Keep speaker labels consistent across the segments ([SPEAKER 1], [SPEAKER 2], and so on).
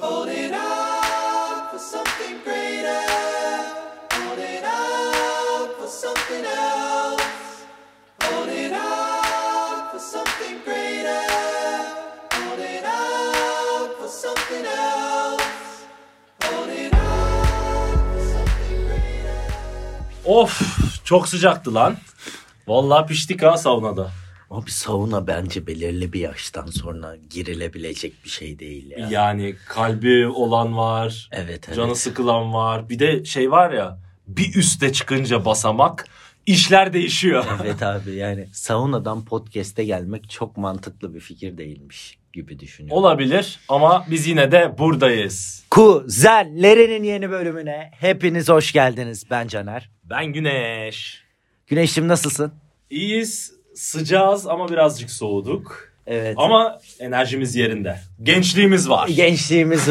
[SPEAKER 1] Hold it out for something greater. Hold it out for something else. Hold it out for something greater. Hold it out for something else. Hold it out for something greater.
[SPEAKER 2] Of çok sıcaktı lan. Vallahi piştik ha saunada.
[SPEAKER 3] Abi sauna bence belirli bir yaştan sonra girilebilecek bir şey değil ya.
[SPEAKER 2] Yani kalbi olan var.
[SPEAKER 3] Evet evet.
[SPEAKER 2] Canı sıkılan var. Bir de şey var ya bir üste çıkınca basamak işler değişiyor.
[SPEAKER 3] Evet abi yani saunadan podcast'e gelmek çok mantıklı bir fikir değilmiş gibi düşünüyorum.
[SPEAKER 2] Olabilir ama biz yine de buradayız.
[SPEAKER 3] Kuzenlerinin yeni bölümüne hepiniz hoş geldiniz. Ben Caner.
[SPEAKER 2] Ben Güneş.
[SPEAKER 3] Güneş'im nasılsın?
[SPEAKER 2] İyiyiz. Sıcağız ama birazcık soğuduk.
[SPEAKER 3] Evet.
[SPEAKER 2] Ama enerjimiz yerinde. Gençliğimiz var.
[SPEAKER 3] Gençliğimiz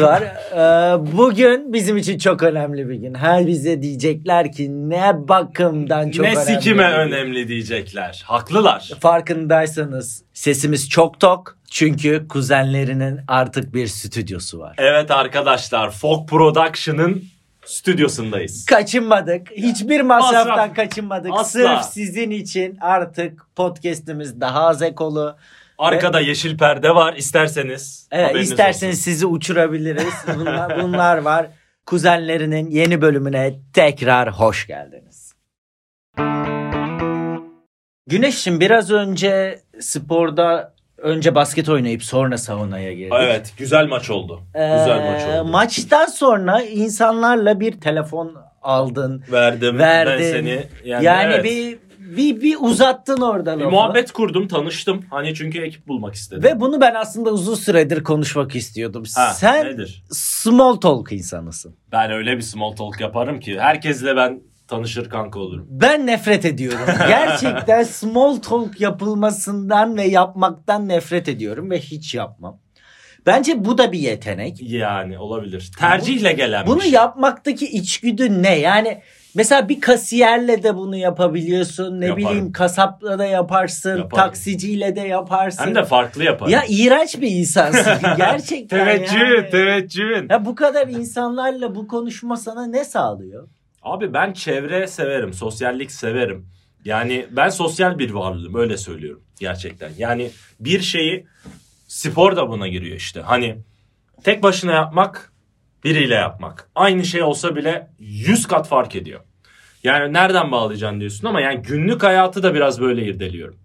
[SPEAKER 3] var. Ee, bugün bizim için çok önemli bir gün. Her bize diyecekler ki ne bakımdan çok
[SPEAKER 2] ne
[SPEAKER 3] önemli.
[SPEAKER 2] sikime
[SPEAKER 3] bir gün.
[SPEAKER 2] önemli diyecekler. Haklılar.
[SPEAKER 3] Farkındaysanız sesimiz çok tok. Çünkü kuzenlerinin artık bir stüdyosu var.
[SPEAKER 2] Evet arkadaşlar Fog Production'ın stüdyosundayız.
[SPEAKER 3] Kaçınmadık. Hiçbir masraftan
[SPEAKER 2] Masraf.
[SPEAKER 3] kaçınmadık.
[SPEAKER 2] Asla.
[SPEAKER 3] Sırf sizin için artık podcast'imiz daha az ekolu.
[SPEAKER 2] Arkada yeşil perde var isterseniz.
[SPEAKER 3] Evet,
[SPEAKER 2] haberiniz
[SPEAKER 3] Ee, isterseniz sizi uçurabiliriz. Bunlar, bunlar var. Kuzenlerinin yeni bölümüne tekrar hoş geldiniz. Güneş'im biraz önce sporda önce basket oynayıp sonra saunaya girdik.
[SPEAKER 2] olsun. Evet güzel maç oldu. güzel maç
[SPEAKER 3] Ee,
[SPEAKER 2] oldu.
[SPEAKER 3] Maçtan sonra insanlarla bir telefon aldın.
[SPEAKER 2] Verdim.
[SPEAKER 3] verdin.
[SPEAKER 2] Ben seni.
[SPEAKER 3] Yani,
[SPEAKER 2] Yani, evet.
[SPEAKER 3] bir, bir bir uzattın orada
[SPEAKER 2] Bir
[SPEAKER 3] lafı.
[SPEAKER 2] muhabbet kurdum tanıştım. Hani çünkü ekip bulmak istedim.
[SPEAKER 3] Ve bunu ben aslında uzun süredir konuşmak istiyordum.
[SPEAKER 2] Ha,
[SPEAKER 3] Sen
[SPEAKER 2] nedir?
[SPEAKER 3] small talk insanısın.
[SPEAKER 2] Ben öyle bir small talk yaparım ki herkesle ben tanışır kanka olurum.
[SPEAKER 3] Ben nefret ediyorum. Gerçekten small talk yapılmasından ve yapmaktan nefret ediyorum ve hiç yapmam. Bence bu da bir yetenek.
[SPEAKER 2] Yani olabilir. Tercihle gelen bir
[SPEAKER 3] Bunu
[SPEAKER 2] şey.
[SPEAKER 3] yapmaktaki içgüdü ne? Yani mesela bir kasiyerle de bunu yapabiliyorsun. Ne
[SPEAKER 2] Yaparım.
[SPEAKER 3] bileyim kasapla da yaparsın.
[SPEAKER 2] Yaparım.
[SPEAKER 3] Taksiciyle de yaparsın.
[SPEAKER 2] Hem de farklı yaparım.
[SPEAKER 3] ya iğrenç bir insansın gerçekten. yani.
[SPEAKER 2] teveccühün.
[SPEAKER 3] Ya bu kadar insanlarla bu konuşma sana ne sağlıyor?
[SPEAKER 2] Abi ben çevre severim, sosyallik severim. Yani ben sosyal bir varlığım öyle söylüyorum gerçekten. Yani bir şeyi spor da buna giriyor işte. Hani tek başına yapmak, biriyle yapmak. Aynı şey olsa bile 100 kat fark ediyor. Yani nereden bağlayacaksın diyorsun ama yani günlük hayatı da biraz böyle irdeliyorum.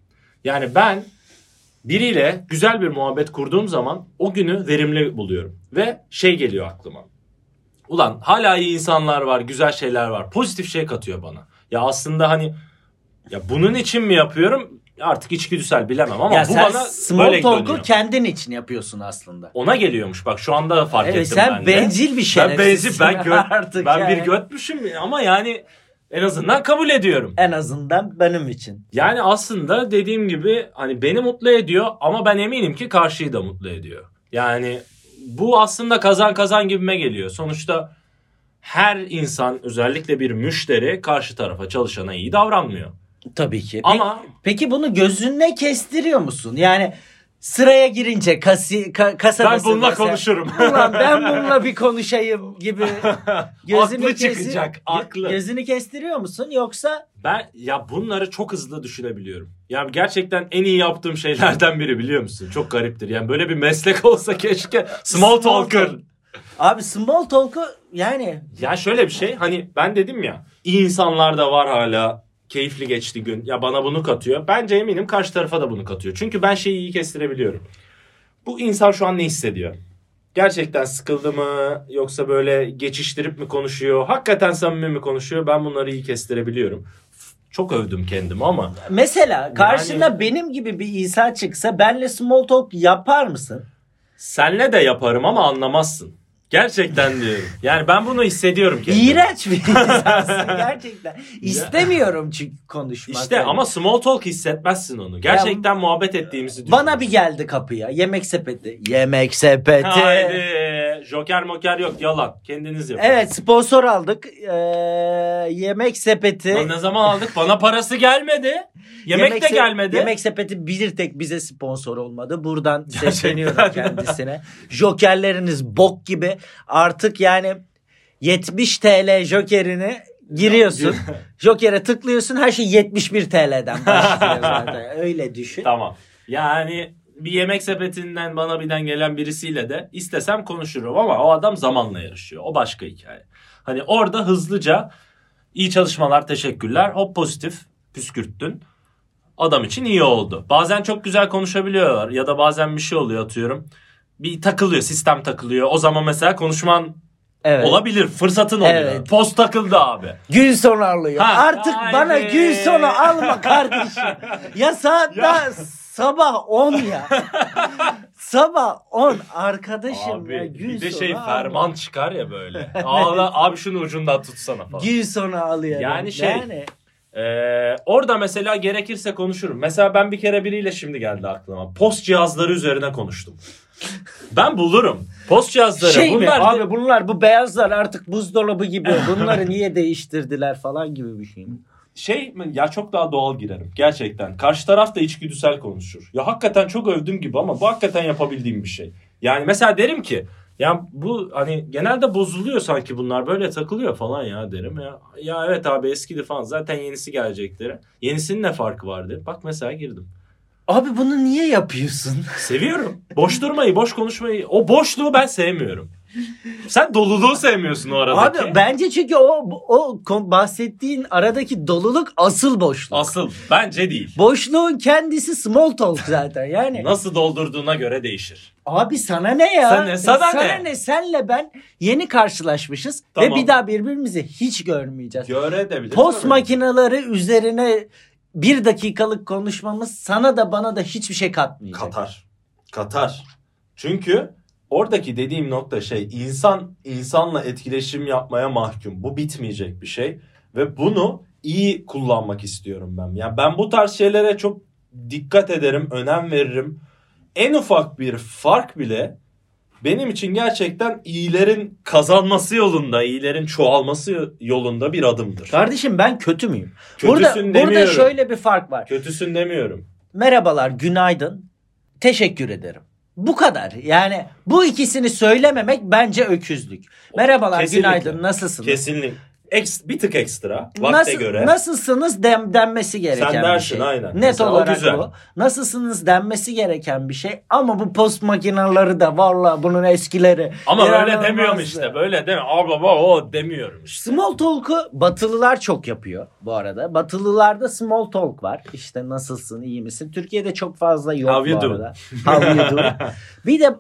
[SPEAKER 2] Yani ben biriyle güzel bir muhabbet kurduğum zaman o günü verimli buluyorum. Ve şey geliyor aklıma. Ulan hala iyi insanlar var, güzel şeyler var. Pozitif şey katıyor bana. Ya aslında hani ya bunun için mi yapıyorum? Artık içgüdüsel bilemem ama
[SPEAKER 3] ya
[SPEAKER 2] bu
[SPEAKER 3] sen
[SPEAKER 2] bana
[SPEAKER 3] small
[SPEAKER 2] böyle
[SPEAKER 3] talk'u
[SPEAKER 2] dönüyor.
[SPEAKER 3] kendin için yapıyorsun aslında.
[SPEAKER 2] Ona geliyormuş bak şu anda fark
[SPEAKER 3] Evet,
[SPEAKER 2] ettim
[SPEAKER 3] sen
[SPEAKER 2] ben de.
[SPEAKER 3] bencil bir
[SPEAKER 2] Ben benzi
[SPEAKER 3] şerefsizsin
[SPEAKER 2] ben gö-
[SPEAKER 3] artık
[SPEAKER 2] ben
[SPEAKER 3] yani.
[SPEAKER 2] bir götmüşüm ama yani en azından kabul ediyorum.
[SPEAKER 3] En azından benim için.
[SPEAKER 2] Yani aslında dediğim gibi hani beni mutlu ediyor ama ben eminim ki karşıyı da mutlu ediyor. Yani bu aslında kazan kazan gibime geliyor. Sonuçta her insan özellikle bir müşteri karşı tarafa çalışana iyi davranmıyor.
[SPEAKER 3] Tabii ki.
[SPEAKER 2] Ama
[SPEAKER 3] Peki bunu gözünle kestiriyor musun? Yani sıraya girince kasi, ka, kasadasın
[SPEAKER 2] ben bununla
[SPEAKER 3] mesela.
[SPEAKER 2] konuşurum.
[SPEAKER 3] Ulan ben bununla bir konuşayım gibi.
[SPEAKER 2] Aklı
[SPEAKER 3] kesi-
[SPEAKER 2] çıkacak,
[SPEAKER 3] Gö-
[SPEAKER 2] aklı.
[SPEAKER 3] Gözünü kestiriyor musun yoksa
[SPEAKER 2] Ben ya bunları çok hızlı düşünebiliyorum. Ya gerçekten en iyi yaptığım şeylerden biri biliyor musun? Çok gariptir. Yani böyle bir meslek olsa keşke small talker.
[SPEAKER 3] talk. Abi small talk'u yani
[SPEAKER 2] Ya şöyle bir şey hani ben dedim ya iyi insanlar da var hala. Keyifli geçti gün. Ya bana bunu katıyor. Bence eminim karşı tarafa da bunu katıyor. Çünkü ben şeyi iyi kestirebiliyorum. Bu insan şu an ne hissediyor? Gerçekten sıkıldı mı yoksa böyle geçiştirip mi konuşuyor? Hakikaten samimi mi konuşuyor? Ben bunları iyi kestirebiliyorum. Çok övdüm kendimi ama
[SPEAKER 3] mesela karşına benim gibi bir insan çıksa benle small talk yapar mısın?
[SPEAKER 2] Senle de yaparım ama anlamazsın. Gerçekten diyorum. Yani ben bunu hissediyorum kendimde.
[SPEAKER 3] İğrenç bir insansın gerçekten. İstemiyorum çünkü konuşmak.
[SPEAKER 2] İşte
[SPEAKER 3] Yani.
[SPEAKER 2] ama small talk hissetmezsin onu. Gerçekten muhabbet ettiğimizi düşün.
[SPEAKER 3] bana bir geldi kapıya. Yemek sepeti. Yemek sepeti.
[SPEAKER 2] Haydi. Öyle joker moker yok yalan. Kendiniz yapın.
[SPEAKER 3] Evet sponsor aldık. Ee, yemek sepeti.
[SPEAKER 2] Lan ne zaman aldık? Bana parası gelmedi. Yemek, de
[SPEAKER 3] se-
[SPEAKER 2] gelmedi.
[SPEAKER 3] Yemek sepeti bir tek bize sponsor olmadı. Buradan
[SPEAKER 2] Gerçekten.
[SPEAKER 3] sesleniyorum kendisine. Jokerleriniz bok gibi. Artık yani 70 TL jokerini giriyorsun. Joker'e tıklıyorsun her şey 71 TL'den başlıyor zaten. Öyle düşün.
[SPEAKER 2] Tamam. Yani bir yemek sepetinden bana birden gelen birisiyle de istesem konuşurum ama o adam zamanla yarışıyor. O başka hikaye. Hani orada hızlıca iyi çalışmalar, teşekkürler. Hop pozitif püskürttün. Adam için iyi oldu. Bazen çok güzel konuşabiliyorlar ya da bazen bir şey oluyor atıyorum. Bir takılıyor, sistem takılıyor. O zaman mesela konuşman
[SPEAKER 3] Evet.
[SPEAKER 2] olabilir, fırsatın oluyor.
[SPEAKER 3] Evet.
[SPEAKER 2] Post takıldı abi.
[SPEAKER 3] Gül sonu alıyor.
[SPEAKER 2] Ha,
[SPEAKER 3] Artık
[SPEAKER 2] haydi.
[SPEAKER 3] bana gül sonu alma kardeşim. Ya saat daha sabah 10 ya. sabah 10 arkadaşım
[SPEAKER 2] Abi
[SPEAKER 3] ya gül
[SPEAKER 2] bir de
[SPEAKER 3] sonu
[SPEAKER 2] şey
[SPEAKER 3] alma.
[SPEAKER 2] ferman çıkar ya böyle. Ağla abi şunu ucundan tutsana falan.
[SPEAKER 3] Gül sonu alıyor.
[SPEAKER 2] Yani şey- Ee, orada mesela gerekirse konuşurum. Mesela ben bir kere biriyle şimdi geldi aklıma. Post cihazları üzerine konuştum. Ben bulurum. Post cihazları
[SPEAKER 3] şey mi
[SPEAKER 2] bunlar da-
[SPEAKER 3] abi bunlar bu beyazlar artık buzdolabı gibi bunları niye değiştirdiler falan gibi bir şey mi?
[SPEAKER 2] şey mi? Ya çok daha doğal girerim gerçekten. Karşı taraf da içgüdüsel konuşur. Ya hakikaten çok övdüm gibi ama bu hakikaten yapabildiğim bir şey. Yani mesela derim ki ya bu hani genelde bozuluyor sanki bunlar böyle takılıyor falan ya derim ya. Ya evet abi eskidi falan zaten yenisi gelecekleri. Yenisinin ne farkı vardı? Bak mesela girdim.
[SPEAKER 3] Abi bunu niye yapıyorsun?
[SPEAKER 2] Seviyorum. Boş durmayı, boş konuşmayı. O boşluğu ben sevmiyorum. Sen doluluğu sevmiyorsun o
[SPEAKER 3] Abi
[SPEAKER 2] aradaki.
[SPEAKER 3] bence çünkü o o kon- bahsettiğin aradaki doluluk asıl boşluk.
[SPEAKER 2] Asıl bence değil.
[SPEAKER 3] Boşluğun kendisi small talk zaten yani.
[SPEAKER 2] Nasıl doldurduğuna göre değişir.
[SPEAKER 3] Abi sana ne ya?
[SPEAKER 2] Sana ne, sana ne?
[SPEAKER 3] Senle ben yeni karşılaşmışız
[SPEAKER 2] Tamam.
[SPEAKER 3] ve bir daha birbirimizi hiç görmeyeceğiz.
[SPEAKER 2] Göre de bilir.
[SPEAKER 3] Post makineleri üzerine bir dakikalık konuşmamız sana da bana da hiçbir şey katmayacak.
[SPEAKER 2] Katar. Katar. Çünkü oradaki dediğim nokta şey insan insanla etkileşim yapmaya mahkum. Bu bitmeyecek bir şey ve bunu iyi kullanmak istiyorum ben. Ya ben bu tarz şeylere çok dikkat ederim, önem veririm. En ufak bir fark bile benim için gerçekten iyilerin kazanması yolunda, iyilerin çoğalması yolunda bir adımdır.
[SPEAKER 3] Kardeşim ben kötü müyüm?
[SPEAKER 2] Kötüsün
[SPEAKER 3] burada
[SPEAKER 2] demiyorum.
[SPEAKER 3] burada şöyle bir fark var.
[SPEAKER 2] Kötüsün demiyorum.
[SPEAKER 3] Merhabalar, günaydın. Teşekkür ederim. Bu kadar. Yani bu ikisini söylememek bence öküzlük. Merhabalar,
[SPEAKER 2] Kesinlikle.
[SPEAKER 3] günaydın. Nasılsınız?
[SPEAKER 2] Kesinlikle. Eks, bir tık ekstra vakte
[SPEAKER 3] Nasıl,
[SPEAKER 2] göre.
[SPEAKER 3] Nasılsınız dem, denmesi gereken
[SPEAKER 2] Sen dersin,
[SPEAKER 3] bir şey.
[SPEAKER 2] aynen.
[SPEAKER 3] Net
[SPEAKER 2] Mesela o
[SPEAKER 3] olarak
[SPEAKER 2] güzel.
[SPEAKER 3] bu. Nasılsınız denmesi gereken bir şey. Ama bu post makineleri de valla bunun eskileri.
[SPEAKER 2] Ama böyle
[SPEAKER 3] İnanılmazdı.
[SPEAKER 2] demiyorum işte. Böyle deme. Aa baba o demiyorum işte.
[SPEAKER 3] Small talk'u batılılar çok yapıyor bu arada. Batılılarda small talk var. İşte nasılsın, iyi misin? Türkiye'de çok fazla yok
[SPEAKER 2] How
[SPEAKER 3] bu
[SPEAKER 2] you doing?
[SPEAKER 3] arada. How you doing? Bir de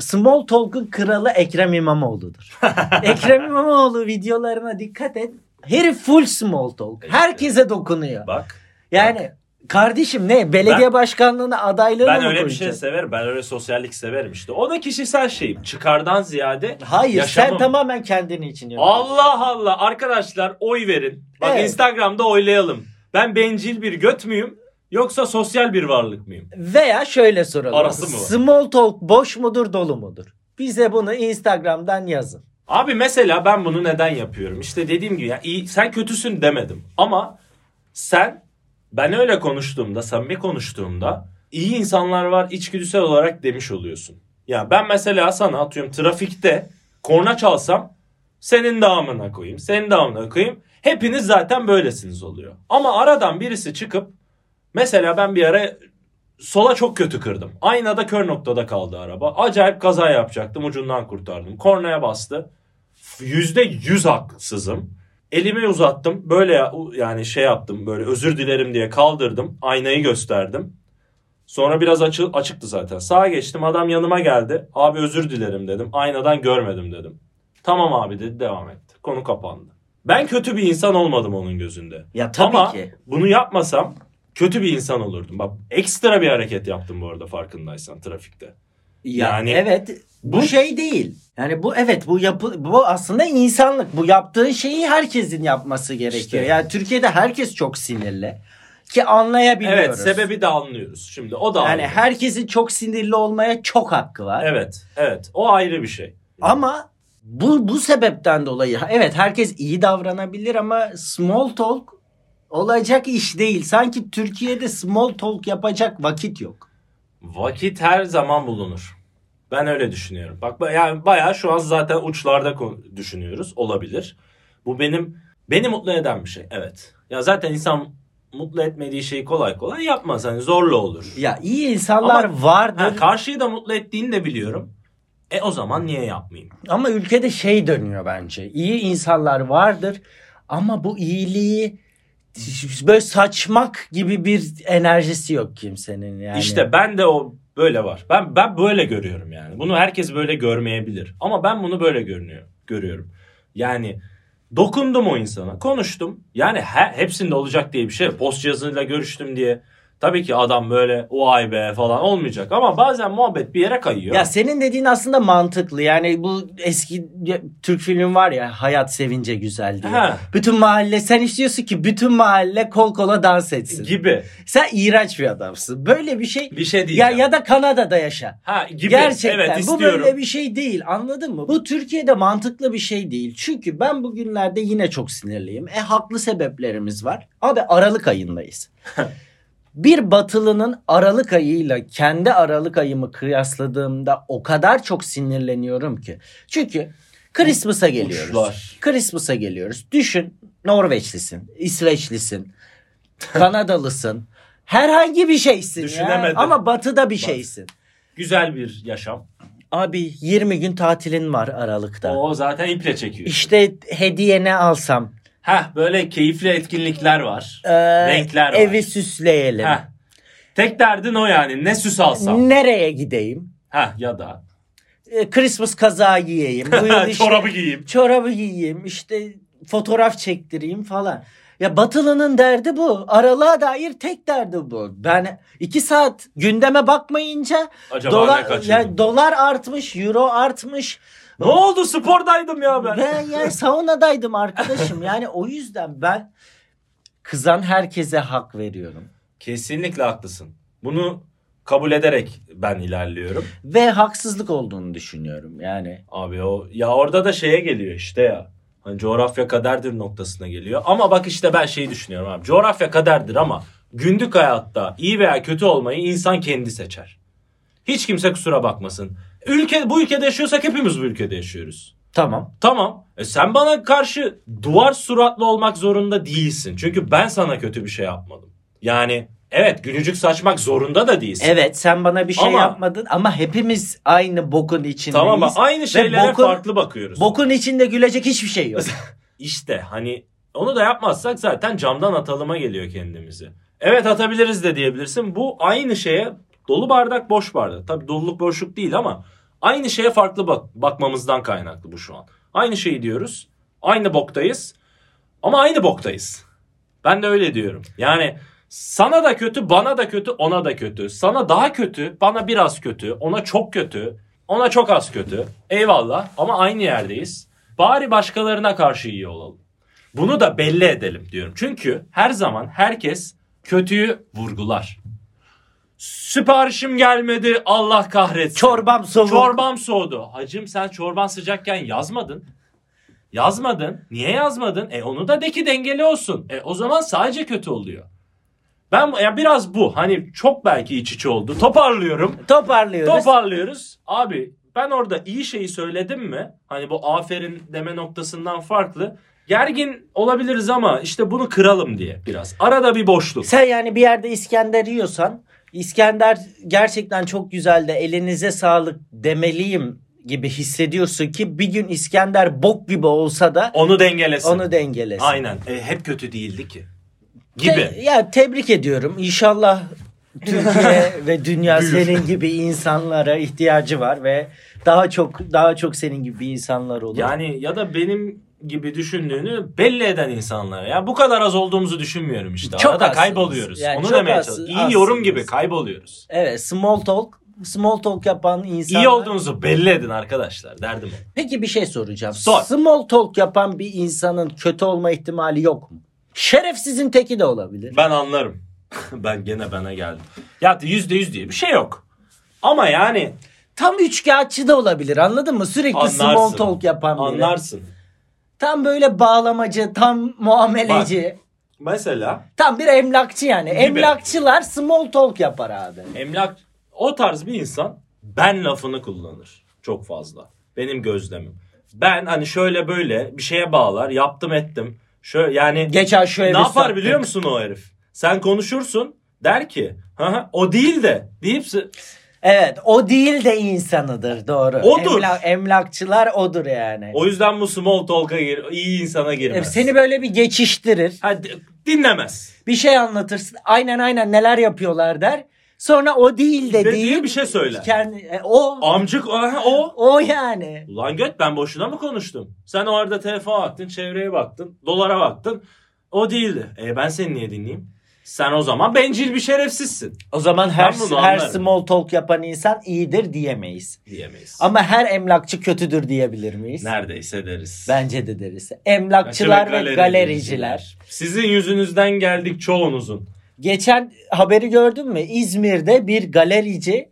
[SPEAKER 3] small talk'un kralı Ekrem İmamoğlu'dur. Ekrem İmamoğlu videolarına dikkat et. Herif full small talk. Herkese dokunuyor.
[SPEAKER 2] Bak.
[SPEAKER 3] Yani kardeşim ne belediye
[SPEAKER 2] Ben-
[SPEAKER 3] başkanlığına adaylığını
[SPEAKER 2] Ben
[SPEAKER 3] mı
[SPEAKER 2] öyle bir şey
[SPEAKER 3] koyacaksın?
[SPEAKER 2] severim. Ben öyle sosyallik severim işte. O da kişisel şeyim. Çıkardan ziyade
[SPEAKER 3] Hayır
[SPEAKER 2] yaşamım.
[SPEAKER 3] sen tamamen kendini için yapıyorsun.
[SPEAKER 2] Allah Allah. Arkadaşlar oy verin. Bak
[SPEAKER 3] Evet.
[SPEAKER 2] Instagram'da oylayalım. Ben bencil bir göt müyüm? Yoksa sosyal bir varlık mıyım?
[SPEAKER 3] Veya şöyle soralım.
[SPEAKER 2] Arası mı var?
[SPEAKER 3] Small talk boş mudur dolu mudur? Bize bunu Instagram'dan yazın.
[SPEAKER 2] Abi mesela ben bunu neden yapıyorum? İşte dediğim gibi ya iyi, sen kötüsün demedim. Ama sen ben öyle konuştuğumda, samimi konuştuğumda iyi insanlar var içgüdüsel olarak demiş oluyorsun. Ya ben mesela sana atıyorum trafikte korna çalsam senin damına koyayım, senin damına koyayım. Hepiniz zaten böylesiniz oluyor. Ama aradan birisi çıkıp mesela ben bir ara sola çok kötü kırdım. Aynada kör noktada kaldı araba. Acayip kaza yapacaktım ucundan kurtardım. Kornaya bastı. Yüzde yüz haksızım. Elimi uzattım. Böyle ya- yani şey yaptım böyle özür dilerim diye kaldırdım. Aynayı gösterdim. Sonra biraz açı- açıktı zaten. Sağa geçtim adam yanıma geldi. Abi özür dilerim dedim. Aynadan görmedim dedim. Tamam abi dedi devam etti. Konu kapandı. Ben kötü bir insan olmadım onun gözünde.
[SPEAKER 3] Ya tabii
[SPEAKER 2] Ama
[SPEAKER 3] ki.
[SPEAKER 2] bunu yapmasam kötü bir insan olurdum. Bak ekstra bir hareket yaptım bu arada farkındaysan trafikte. Yani-
[SPEAKER 3] Yani evet bu,
[SPEAKER 2] Bu-
[SPEAKER 3] şey değil. Yani bu evet bu yapı bu aslında insanlık. Bu yaptığın şeyi herkesin yapması gerekiyor.
[SPEAKER 2] İşte.
[SPEAKER 3] Yani Türkiye'de herkes çok sinirli ki anlayabiliyoruz.
[SPEAKER 2] Evet sebebi de anlıyoruz. Şimdi o da
[SPEAKER 3] yani
[SPEAKER 2] ayrı.
[SPEAKER 3] herkesin çok sinirli olmaya çok hakkı var.
[SPEAKER 2] Evet evet o ayrı bir şey.
[SPEAKER 3] Ama bu bu sebepten dolayı evet herkes iyi davranabilir ama small talk olacak iş değil. Sanki Türkiye'de small talk yapacak vakit yok.
[SPEAKER 2] Vakit her zaman bulunur. Ben öyle düşünüyorum. Bak ba- yani bayağı şu an zaten uçlarda kon- düşünüyoruz. Olabilir. Bu benim beni mutlu eden bir şey. Evet. Ya zaten insan mutlu etmediği şeyi kolay kolay yapmaz. Hani zorla olur.
[SPEAKER 3] Ya iyi insanlar
[SPEAKER 2] Ama-
[SPEAKER 3] vardır
[SPEAKER 2] Ha, karşıyı da mutlu ettiğini de biliyorum. E o zaman niye yapmayayım?
[SPEAKER 3] ama ülkede şey dönüyor bence. İyi insanlar vardır ama bu iyiliği böyle saçmak gibi bir enerjisi yok kimsenin yani.
[SPEAKER 2] İşte ben de o böyle var. Ben ben böyle görüyorum yani. Bunu herkes böyle görmeyebilir. Ama ben bunu böyle görünüyor görüyorum. Yani dokundum o insana, konuştum. Yani he- hepsinde olacak diye bir şey. yok. Post cihazıyla görüştüm diye. Tabii ki adam böyle vay be falan olmayacak ama bazen muhabbet bir yere kayıyor.
[SPEAKER 3] Ya senin dediğin aslında mantıklı. Yani bu eski Türk filmi var ya Hayat Sevince Güzel diye.
[SPEAKER 2] Ha.
[SPEAKER 3] Bütün mahalle sen istiyorsun ki bütün mahalle kol kola dans etsin.
[SPEAKER 2] gibi.
[SPEAKER 3] Sen iğrenç bir adamsın. Böyle bir şey
[SPEAKER 2] Bir şey değil.
[SPEAKER 3] ya ya da Kanada'da yaşa.
[SPEAKER 2] Ha gibi.
[SPEAKER 3] Gerçekten
[SPEAKER 2] evet
[SPEAKER 3] bu
[SPEAKER 2] istiyorum.
[SPEAKER 3] böyle bir şey değil anladın mı? Bu Türkiye'de mantıklı bir şey değil. Çünkü ben bugünlerde yine çok sinirliyim. E haklı sebeplerimiz var. Abi Aralık ayındayız. bir batılının Aralık ayıyla kendi Aralık ayımı kıyasladığımda o kadar çok sinirleniyorum ki. Çünkü Christmas'a geliyoruz.
[SPEAKER 2] Uçlar.
[SPEAKER 3] Christmas'a geliyoruz. Düşün Norveçlisin, İsveçlisin, Kanadalısın. Herhangi bir şeysin ya.
[SPEAKER 2] Düşünemedim.
[SPEAKER 3] Ama batıda bir şeysin.
[SPEAKER 2] Güzel bir yaşam.
[SPEAKER 3] Abi 20 gün tatilin var Aralık'ta.
[SPEAKER 2] O zaten iple çekiyor.
[SPEAKER 3] İşte hediye ne alsam?
[SPEAKER 2] Heh böyle keyifli etkinlikler var.
[SPEAKER 3] Ee,
[SPEAKER 2] Renkler var.
[SPEAKER 3] Evi süsleyelim.
[SPEAKER 2] Heh. Tek derdin o yani. Ne süs alsam.
[SPEAKER 3] Nereye gideyim?
[SPEAKER 2] Heh ya da.
[SPEAKER 3] Ee, Christmas kazağı giyeyim. Bu yıl işte-
[SPEAKER 2] Çorabı giyeyim.
[SPEAKER 3] Çorabı giyeyim. işte fotoğraf çektireyim falan. Ya Batılı'nın derdi bu. Aralığa dair tek derdi bu. Ben iki saat gündeme bakmayınca
[SPEAKER 2] Acaba ne
[SPEAKER 3] dolar,
[SPEAKER 2] kaçırdım?
[SPEAKER 3] yani dolar artmış, euro artmış.
[SPEAKER 2] Ne oldu spordaydım ya ben.
[SPEAKER 3] Ben yani saunadaydım arkadaşım. Yani o yüzden ben kızan herkese hak veriyorum.
[SPEAKER 2] Kesinlikle haklısın. Bunu kabul ederek ben ilerliyorum.
[SPEAKER 3] Ve haksızlık olduğunu düşünüyorum yani.
[SPEAKER 2] Abi o ya orada da şeye geliyor işte ya. Hani coğrafya kaderdir noktasına geliyor. Ama bak işte ben şeyi düşünüyorum abi. Coğrafya kaderdir ama günlük hayatta iyi veya kötü olmayı insan kendi seçer. Hiç kimse kusura bakmasın. Ülke bu ülkede yaşıyorsak hepimiz bu ülkede yaşıyoruz.
[SPEAKER 3] Tamam.
[SPEAKER 2] Tamam. E sen bana karşı duvar suratlı olmak zorunda değilsin. Çünkü ben sana kötü bir şey yapmadım. Yani evet gülücük saçmak zorunda da değilsin.
[SPEAKER 3] Evet sen bana bir şey
[SPEAKER 2] Ama-
[SPEAKER 3] yapmadın ama hepimiz aynı bokun içindeyiz.
[SPEAKER 2] Tamam mı? Aynı şeylere
[SPEAKER 3] Ve bokun-
[SPEAKER 2] farklı bakıyoruz.
[SPEAKER 3] Bokun içinde gülecek hiçbir şey yok.
[SPEAKER 2] İşte hani onu da yapmazsak zaten camdan atalıma geliyor kendimizi. Evet atabiliriz de diyebilirsin. Bu aynı şeye dolu bardak boş bardak. Tabii doluluk boşluk değil ama aynı şeye farklı bak- bakmamızdan kaynaklı bu şu an. Aynı şeyi diyoruz. Aynı boktayız. Ama aynı boktayız. Ben de öyle diyorum. Yani sana da kötü, bana da kötü, ona da kötü. Sana daha kötü, bana biraz kötü, ona çok kötü, ona çok az kötü. Eyvallah ama aynı yerdeyiz. Bari başkalarına karşı iyi olalım. Bunu da belli edelim diyorum. Çünkü her zaman herkes kötüyü vurgular. Siparişim gelmedi Allah kahretsin.
[SPEAKER 3] Çorbam soğuk.
[SPEAKER 2] Çorbam soğudu. Hacım sen çorban sıcakken yazmadın. Yazmadın. Niye yazmadın? E onu da de ki dengeli olsun. E o zaman sadece kötü oluyor. Ben ya biraz bu. Hani çok belki iç içe oldu. Toparlıyorum.
[SPEAKER 3] Toparlıyoruz.
[SPEAKER 2] Toparlıyoruz. Abi ben orada iyi şeyi söyledim mi? Hani bu aferin deme noktasından farklı. Gergin olabiliriz ama işte bunu kıralım diye biraz. Arada bir boşluk.
[SPEAKER 3] Sen yani bir yerde İskender yiyorsan İskender gerçekten çok güzel de elinize sağlık demeliyim gibi hissediyorsun ki bir gün İskender bok gibi olsa da
[SPEAKER 2] Onu dengelesin.
[SPEAKER 3] onu dengelesin.
[SPEAKER 2] Aynen. E, hep kötü değildi ki. Gibi.
[SPEAKER 3] Te- ya tebrik ediyorum. İnşallah Türkiye ve dünya
[SPEAKER 2] Buyur.
[SPEAKER 3] senin gibi insanlara ihtiyacı var ve daha çok daha çok senin gibi insanlar olur.
[SPEAKER 2] Yani ya da benim gibi düşündüğünü belli eden insanlara. Ya bu kadar az olduğumuzu düşünmüyorum işte.
[SPEAKER 3] Çok
[SPEAKER 2] Arada
[SPEAKER 3] azsınız.
[SPEAKER 2] kayboluyoruz.
[SPEAKER 3] Yani
[SPEAKER 2] Onu
[SPEAKER 3] çok
[SPEAKER 2] demeye
[SPEAKER 3] az-
[SPEAKER 2] çalışıyorum. İyi
[SPEAKER 3] azsınız.
[SPEAKER 2] yorum gibi kayboluyoruz.
[SPEAKER 3] Evet, small talk, small talk yapan insanlar.
[SPEAKER 2] İyi olduğunuzu belli edin arkadaşlar derdim o.
[SPEAKER 3] Peki bir şey soracağım.
[SPEAKER 2] Sor.
[SPEAKER 3] Small talk yapan bir insanın kötü olma ihtimali yok mu? Şerefsizin teki de olabilir.
[SPEAKER 2] Ben anlarım. ben gene bana geldim. Ya yüzde yüz diye bir şey yok. Ama yani
[SPEAKER 3] tam üçkağıtçı da olabilir anladın mı? Sürekli small talk yapan biri.
[SPEAKER 2] Anlarsın.
[SPEAKER 3] Tam böyle bağlamacı, tam muameleci.
[SPEAKER 2] Mesela
[SPEAKER 3] Tam bir emlakçı yani.
[SPEAKER 2] Gibi.
[SPEAKER 3] Emlakçılar small talk yapar abi.
[SPEAKER 2] emlak o tarz bir insan ben lafını kullanır çok fazla. Benim gözlemim. Ben hani şöyle böyle bir şeye bağlar. Yaptım ettim. Şöyle yani
[SPEAKER 3] Geçen şu evi
[SPEAKER 2] ne yapar
[SPEAKER 3] sattık.
[SPEAKER 2] biliyor musun o herif? Sen konuşursun der ki "Hı hı, o değil de deyip s-
[SPEAKER 3] Evet o değil de insanıdır doğru.
[SPEAKER 2] Odur.
[SPEAKER 3] Emla- emlakçılar odur yani.
[SPEAKER 2] o yüzden bu small talk'a gir, iyi insana
[SPEAKER 3] E,
[SPEAKER 2] girmez.
[SPEAKER 3] Seni böyle bir geçiştirir.
[SPEAKER 2] Ha, di- dinlemez.
[SPEAKER 3] Bir şey anlatırsın. Aynen aynen neler yapıyorlar der. Sonra o değil de
[SPEAKER 2] Ve
[SPEAKER 3] değil.
[SPEAKER 2] diye bir şey söyler.
[SPEAKER 3] Kendi, e, o
[SPEAKER 2] Amcık aha, o.
[SPEAKER 3] o yani.
[SPEAKER 2] Ulan göt ben boşuna mı konuştum? Sen o arada telefona baktın, çevreye baktın, dolara baktın. O değildi. E ben seni niye dinleyeyim? Sen o zaman bencil bir şerefsizsin
[SPEAKER 3] O zaman her
[SPEAKER 2] Ben bunu
[SPEAKER 3] her
[SPEAKER 2] anlarım.
[SPEAKER 3] small talk yapan insan iyidir diyemeyiz.
[SPEAKER 2] diyemeyiz.
[SPEAKER 3] Ama her emlakçı kötüdür diyebilir miyiz?
[SPEAKER 2] Neredeyse deriz.
[SPEAKER 3] Bence de deriz. Emlakçılar ve galericiler.
[SPEAKER 2] Sizin yüzünüzden geldik çoğunuzun.
[SPEAKER 3] Geçen haberi gördün mü? İzmir'de bir galerici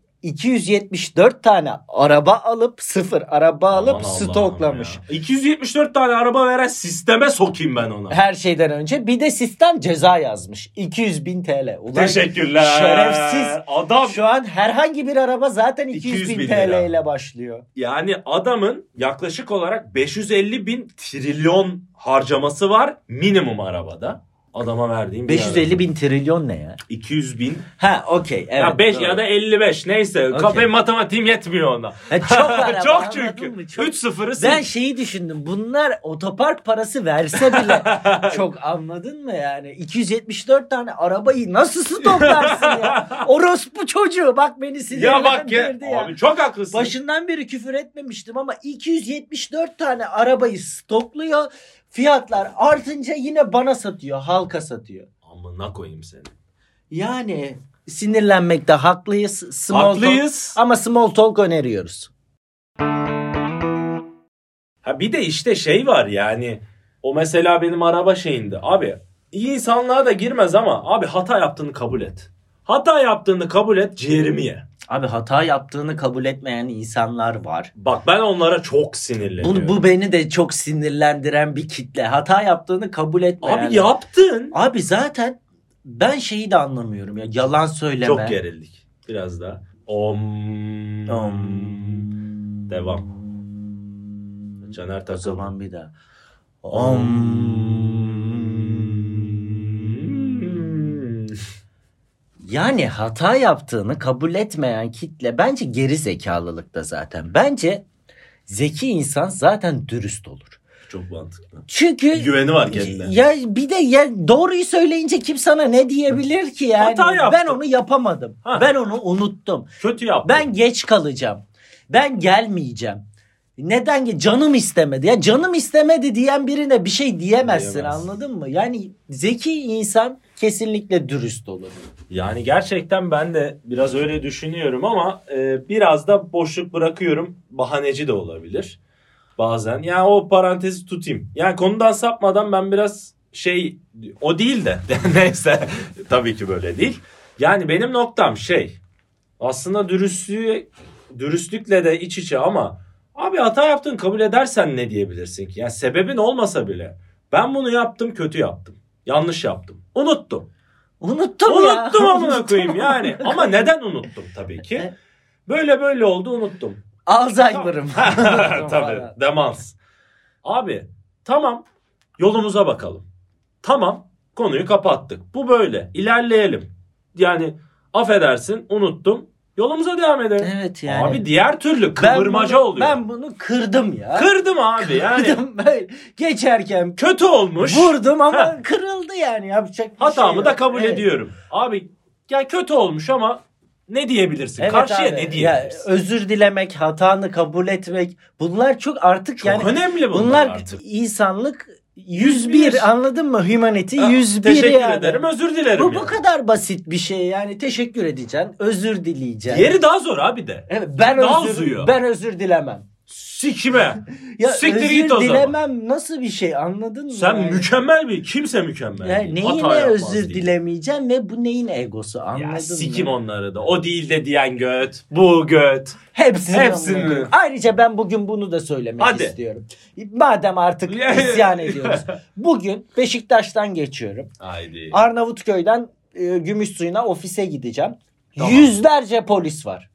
[SPEAKER 3] 274 tane araba alıp sıfır araba alıp
[SPEAKER 2] Aman Allah'ım
[SPEAKER 3] stoklamış.
[SPEAKER 2] ya. 274 tane araba veren sisteme sokayım ben ona.
[SPEAKER 3] Her şeyden önce bir de sistem ceza yazmış. 200 bin TL. Ulan
[SPEAKER 2] Teşekkürler.
[SPEAKER 3] Şerefsiz.
[SPEAKER 2] Adam
[SPEAKER 3] Şu an herhangi bir araba zaten 200,
[SPEAKER 2] 200
[SPEAKER 3] bin,
[SPEAKER 2] bin lira.
[SPEAKER 3] TL ile başlıyor.
[SPEAKER 2] Yani adamın yaklaşık olarak 550 bin trilyon harcaması var minimum arabada. Adama verdiğim bir
[SPEAKER 3] 550
[SPEAKER 2] araba.
[SPEAKER 3] bin trilyon ne ya?
[SPEAKER 2] 200 bin.
[SPEAKER 3] Ha okey. Evet,
[SPEAKER 2] ya 5
[SPEAKER 3] doğru.
[SPEAKER 2] ya da 55 neyse.
[SPEAKER 3] Okey.
[SPEAKER 2] Kafayı matematiğim yetmiyor ona.
[SPEAKER 3] Ha, çok araba,
[SPEAKER 2] Çok
[SPEAKER 3] anladın
[SPEAKER 2] çünkü.
[SPEAKER 3] mı? Çok-
[SPEAKER 2] 3 sıfırı
[SPEAKER 3] Ben
[SPEAKER 2] sil.
[SPEAKER 3] şeyi düşündüm. Bunlar otopark parası verse bile çok anladın mı yani? 274 tane arabayı nasıl stoklarsın ya? Orospu çocuğu bak beni
[SPEAKER 2] Ya bak ya.
[SPEAKER 3] sinirlendirdi ya.
[SPEAKER 2] Abi çok haklısın.
[SPEAKER 3] Başından beri küfür etmemiştim ama 274 tane arabayı stokluyor. Fiyatlar artınca yine bana satıyor, halka satıyor.
[SPEAKER 2] Amına koyayım seni.
[SPEAKER 3] Yani sinirlenmekte haklıyız. Small talk-
[SPEAKER 2] Haklıyız.
[SPEAKER 3] ama small talk öneriyoruz.
[SPEAKER 2] Ha bir de işte şey var yani. O mesela benim araba şeyinde. Abi iyi insanlığa da girmez ama abi hata yaptığını kabul et. Hata yaptığını kabul et ciğerimi ye.
[SPEAKER 3] Abi hata yaptığını kabul etmeyen insanlar var.
[SPEAKER 2] Bak ben onlara çok sinirleniyorum.
[SPEAKER 3] Bu, bu beni de çok sinirlendiren bir kitle. Hata yaptığını kabul etme.
[SPEAKER 2] Abi
[SPEAKER 3] yani.
[SPEAKER 2] yaptın.
[SPEAKER 3] Abi zaten ben şeyi de anlamıyorum ya. Yalan söyleme.
[SPEAKER 2] Çok gerildik. Biraz daha. Om.
[SPEAKER 3] Om.
[SPEAKER 2] Devam. Caner
[SPEAKER 3] O
[SPEAKER 2] Takıl.
[SPEAKER 3] zaman bir daha.
[SPEAKER 2] Om.
[SPEAKER 3] Yani hata yaptığını kabul etmeyen kitle bence geri zekalılıkta zaten. Bence zeki insan zaten dürüst olur.
[SPEAKER 2] Çok mantıklı.
[SPEAKER 3] Çünkü
[SPEAKER 2] Güveni var kendine.
[SPEAKER 3] Ya bir de ya doğruyu söyleyince kim sana ne diyebilir ki yani?
[SPEAKER 2] Hata yaptım.
[SPEAKER 3] Ben onu yapamadım.
[SPEAKER 2] Ha.
[SPEAKER 3] Ben onu unuttum.
[SPEAKER 2] Kötü yaptın.
[SPEAKER 3] Ben geç kalacağım. Ben gelmeyeceğim. Neden ki canım istemedi? Ya canım istemedi diyen birine bir şey diyemezsin
[SPEAKER 2] Diyemezsin.
[SPEAKER 3] anladın mı? Yani zeki insan kesinlikle dürüst olur.
[SPEAKER 2] Yani gerçekten ben de biraz öyle düşünüyorum ama e, biraz da boşluk bırakıyorum. Bahaneci de olabilir bazen. Yani o parantezi tutayım. Yani konudan sapmadan ben biraz şey o değil de neyse tabii ki böyle değil. Yani benim noktam şey aslında dürüstlüğü dürüstlükle de iç içe ama abi hata yaptın kabul edersen ne diyebilirsin ki? Yani sebebin olmasa bile ben bunu yaptım kötü yaptım. Yanlış yaptım. Unuttum.
[SPEAKER 3] Unuttum, ya.
[SPEAKER 2] Unuttum amına
[SPEAKER 3] Unuttum.
[SPEAKER 2] koyayım yani. Ama neden unuttum tabii ki? Böyle böyle oldu unuttum.
[SPEAKER 3] Alzheimer'ım. Unuttum falan.
[SPEAKER 2] tabii demans. Abi tamam yolumuza bakalım. Tamam konuyu kapattık. Bu böyle ilerleyelim. Yani affedersin unuttum. Yolumuza devam edelim.
[SPEAKER 3] Evet yani.
[SPEAKER 2] Abi diğer türlü
[SPEAKER 3] Ben
[SPEAKER 2] kıvırmaca
[SPEAKER 3] bunu-
[SPEAKER 2] oluyor.
[SPEAKER 3] Ben bunu kırdım ya.
[SPEAKER 2] Kırdım abi yani.
[SPEAKER 3] Kırdım böyle. Geçerken
[SPEAKER 2] Kötü olmuş.
[SPEAKER 3] Vurdum ama
[SPEAKER 2] Ha.
[SPEAKER 3] kırıldı yani yapacak bir şey
[SPEAKER 2] Hatamı
[SPEAKER 3] yok.
[SPEAKER 2] da kabul
[SPEAKER 3] Evet.
[SPEAKER 2] ediyorum. Abi ya kötü olmuş ama ne diyebilirsin?
[SPEAKER 3] Evet
[SPEAKER 2] Karşıya
[SPEAKER 3] abi.
[SPEAKER 2] ne
[SPEAKER 3] Ya,
[SPEAKER 2] diyebilirsin?
[SPEAKER 3] özür dilemek, hatanı kabul etmek bunlar çok artık
[SPEAKER 2] Çok
[SPEAKER 3] yani
[SPEAKER 2] önemli bunlar,
[SPEAKER 3] bunlar
[SPEAKER 2] artık.
[SPEAKER 3] insanlık 101,
[SPEAKER 2] 101.
[SPEAKER 3] anladın mı? Humanity
[SPEAKER 2] Ha,
[SPEAKER 3] 101
[SPEAKER 2] Ah, Teşekkür
[SPEAKER 3] yani.
[SPEAKER 2] ederim, özür dilerim.
[SPEAKER 3] Bu, bu
[SPEAKER 2] yani.
[SPEAKER 3] kadar basit bir şey yani teşekkür edeceksin, özür dileyeceksin.
[SPEAKER 2] Yeri daha zor abi de.
[SPEAKER 3] Evet, ben
[SPEAKER 2] daha
[SPEAKER 3] özür
[SPEAKER 2] uzuyor.
[SPEAKER 3] ben özür dilemem.
[SPEAKER 2] Sikime.
[SPEAKER 3] Ya
[SPEAKER 2] Siktir
[SPEAKER 3] özür
[SPEAKER 2] git o zaman.
[SPEAKER 3] dilemem nasıl bir şey anladın mı?
[SPEAKER 2] Sen
[SPEAKER 3] yani?
[SPEAKER 2] mükemmel bir kimse mükemmel.
[SPEAKER 3] Yani
[SPEAKER 2] değil.
[SPEAKER 3] neyine
[SPEAKER 2] Hata yapmaz
[SPEAKER 3] özür
[SPEAKER 2] değil.
[SPEAKER 3] dilemeyeceğim ve bu neyin egosu anladın
[SPEAKER 2] Ya
[SPEAKER 3] mı?
[SPEAKER 2] sikim onları da. O değil de diyen göt. Bu göt.
[SPEAKER 3] Hepsini.
[SPEAKER 2] Hepsini.
[SPEAKER 3] anladım. Ayrıca ben bugün bunu da söylemek
[SPEAKER 2] Hadi.
[SPEAKER 3] istiyorum. Madem artık isyan ediyoruz. Bugün Beşiktaş'tan geçiyorum.
[SPEAKER 2] Haydi.
[SPEAKER 3] Arnavutköy'den e, Gümüşsuyu'na ofise gideceğim.
[SPEAKER 2] Tamam.
[SPEAKER 3] Yüzlerce polis var.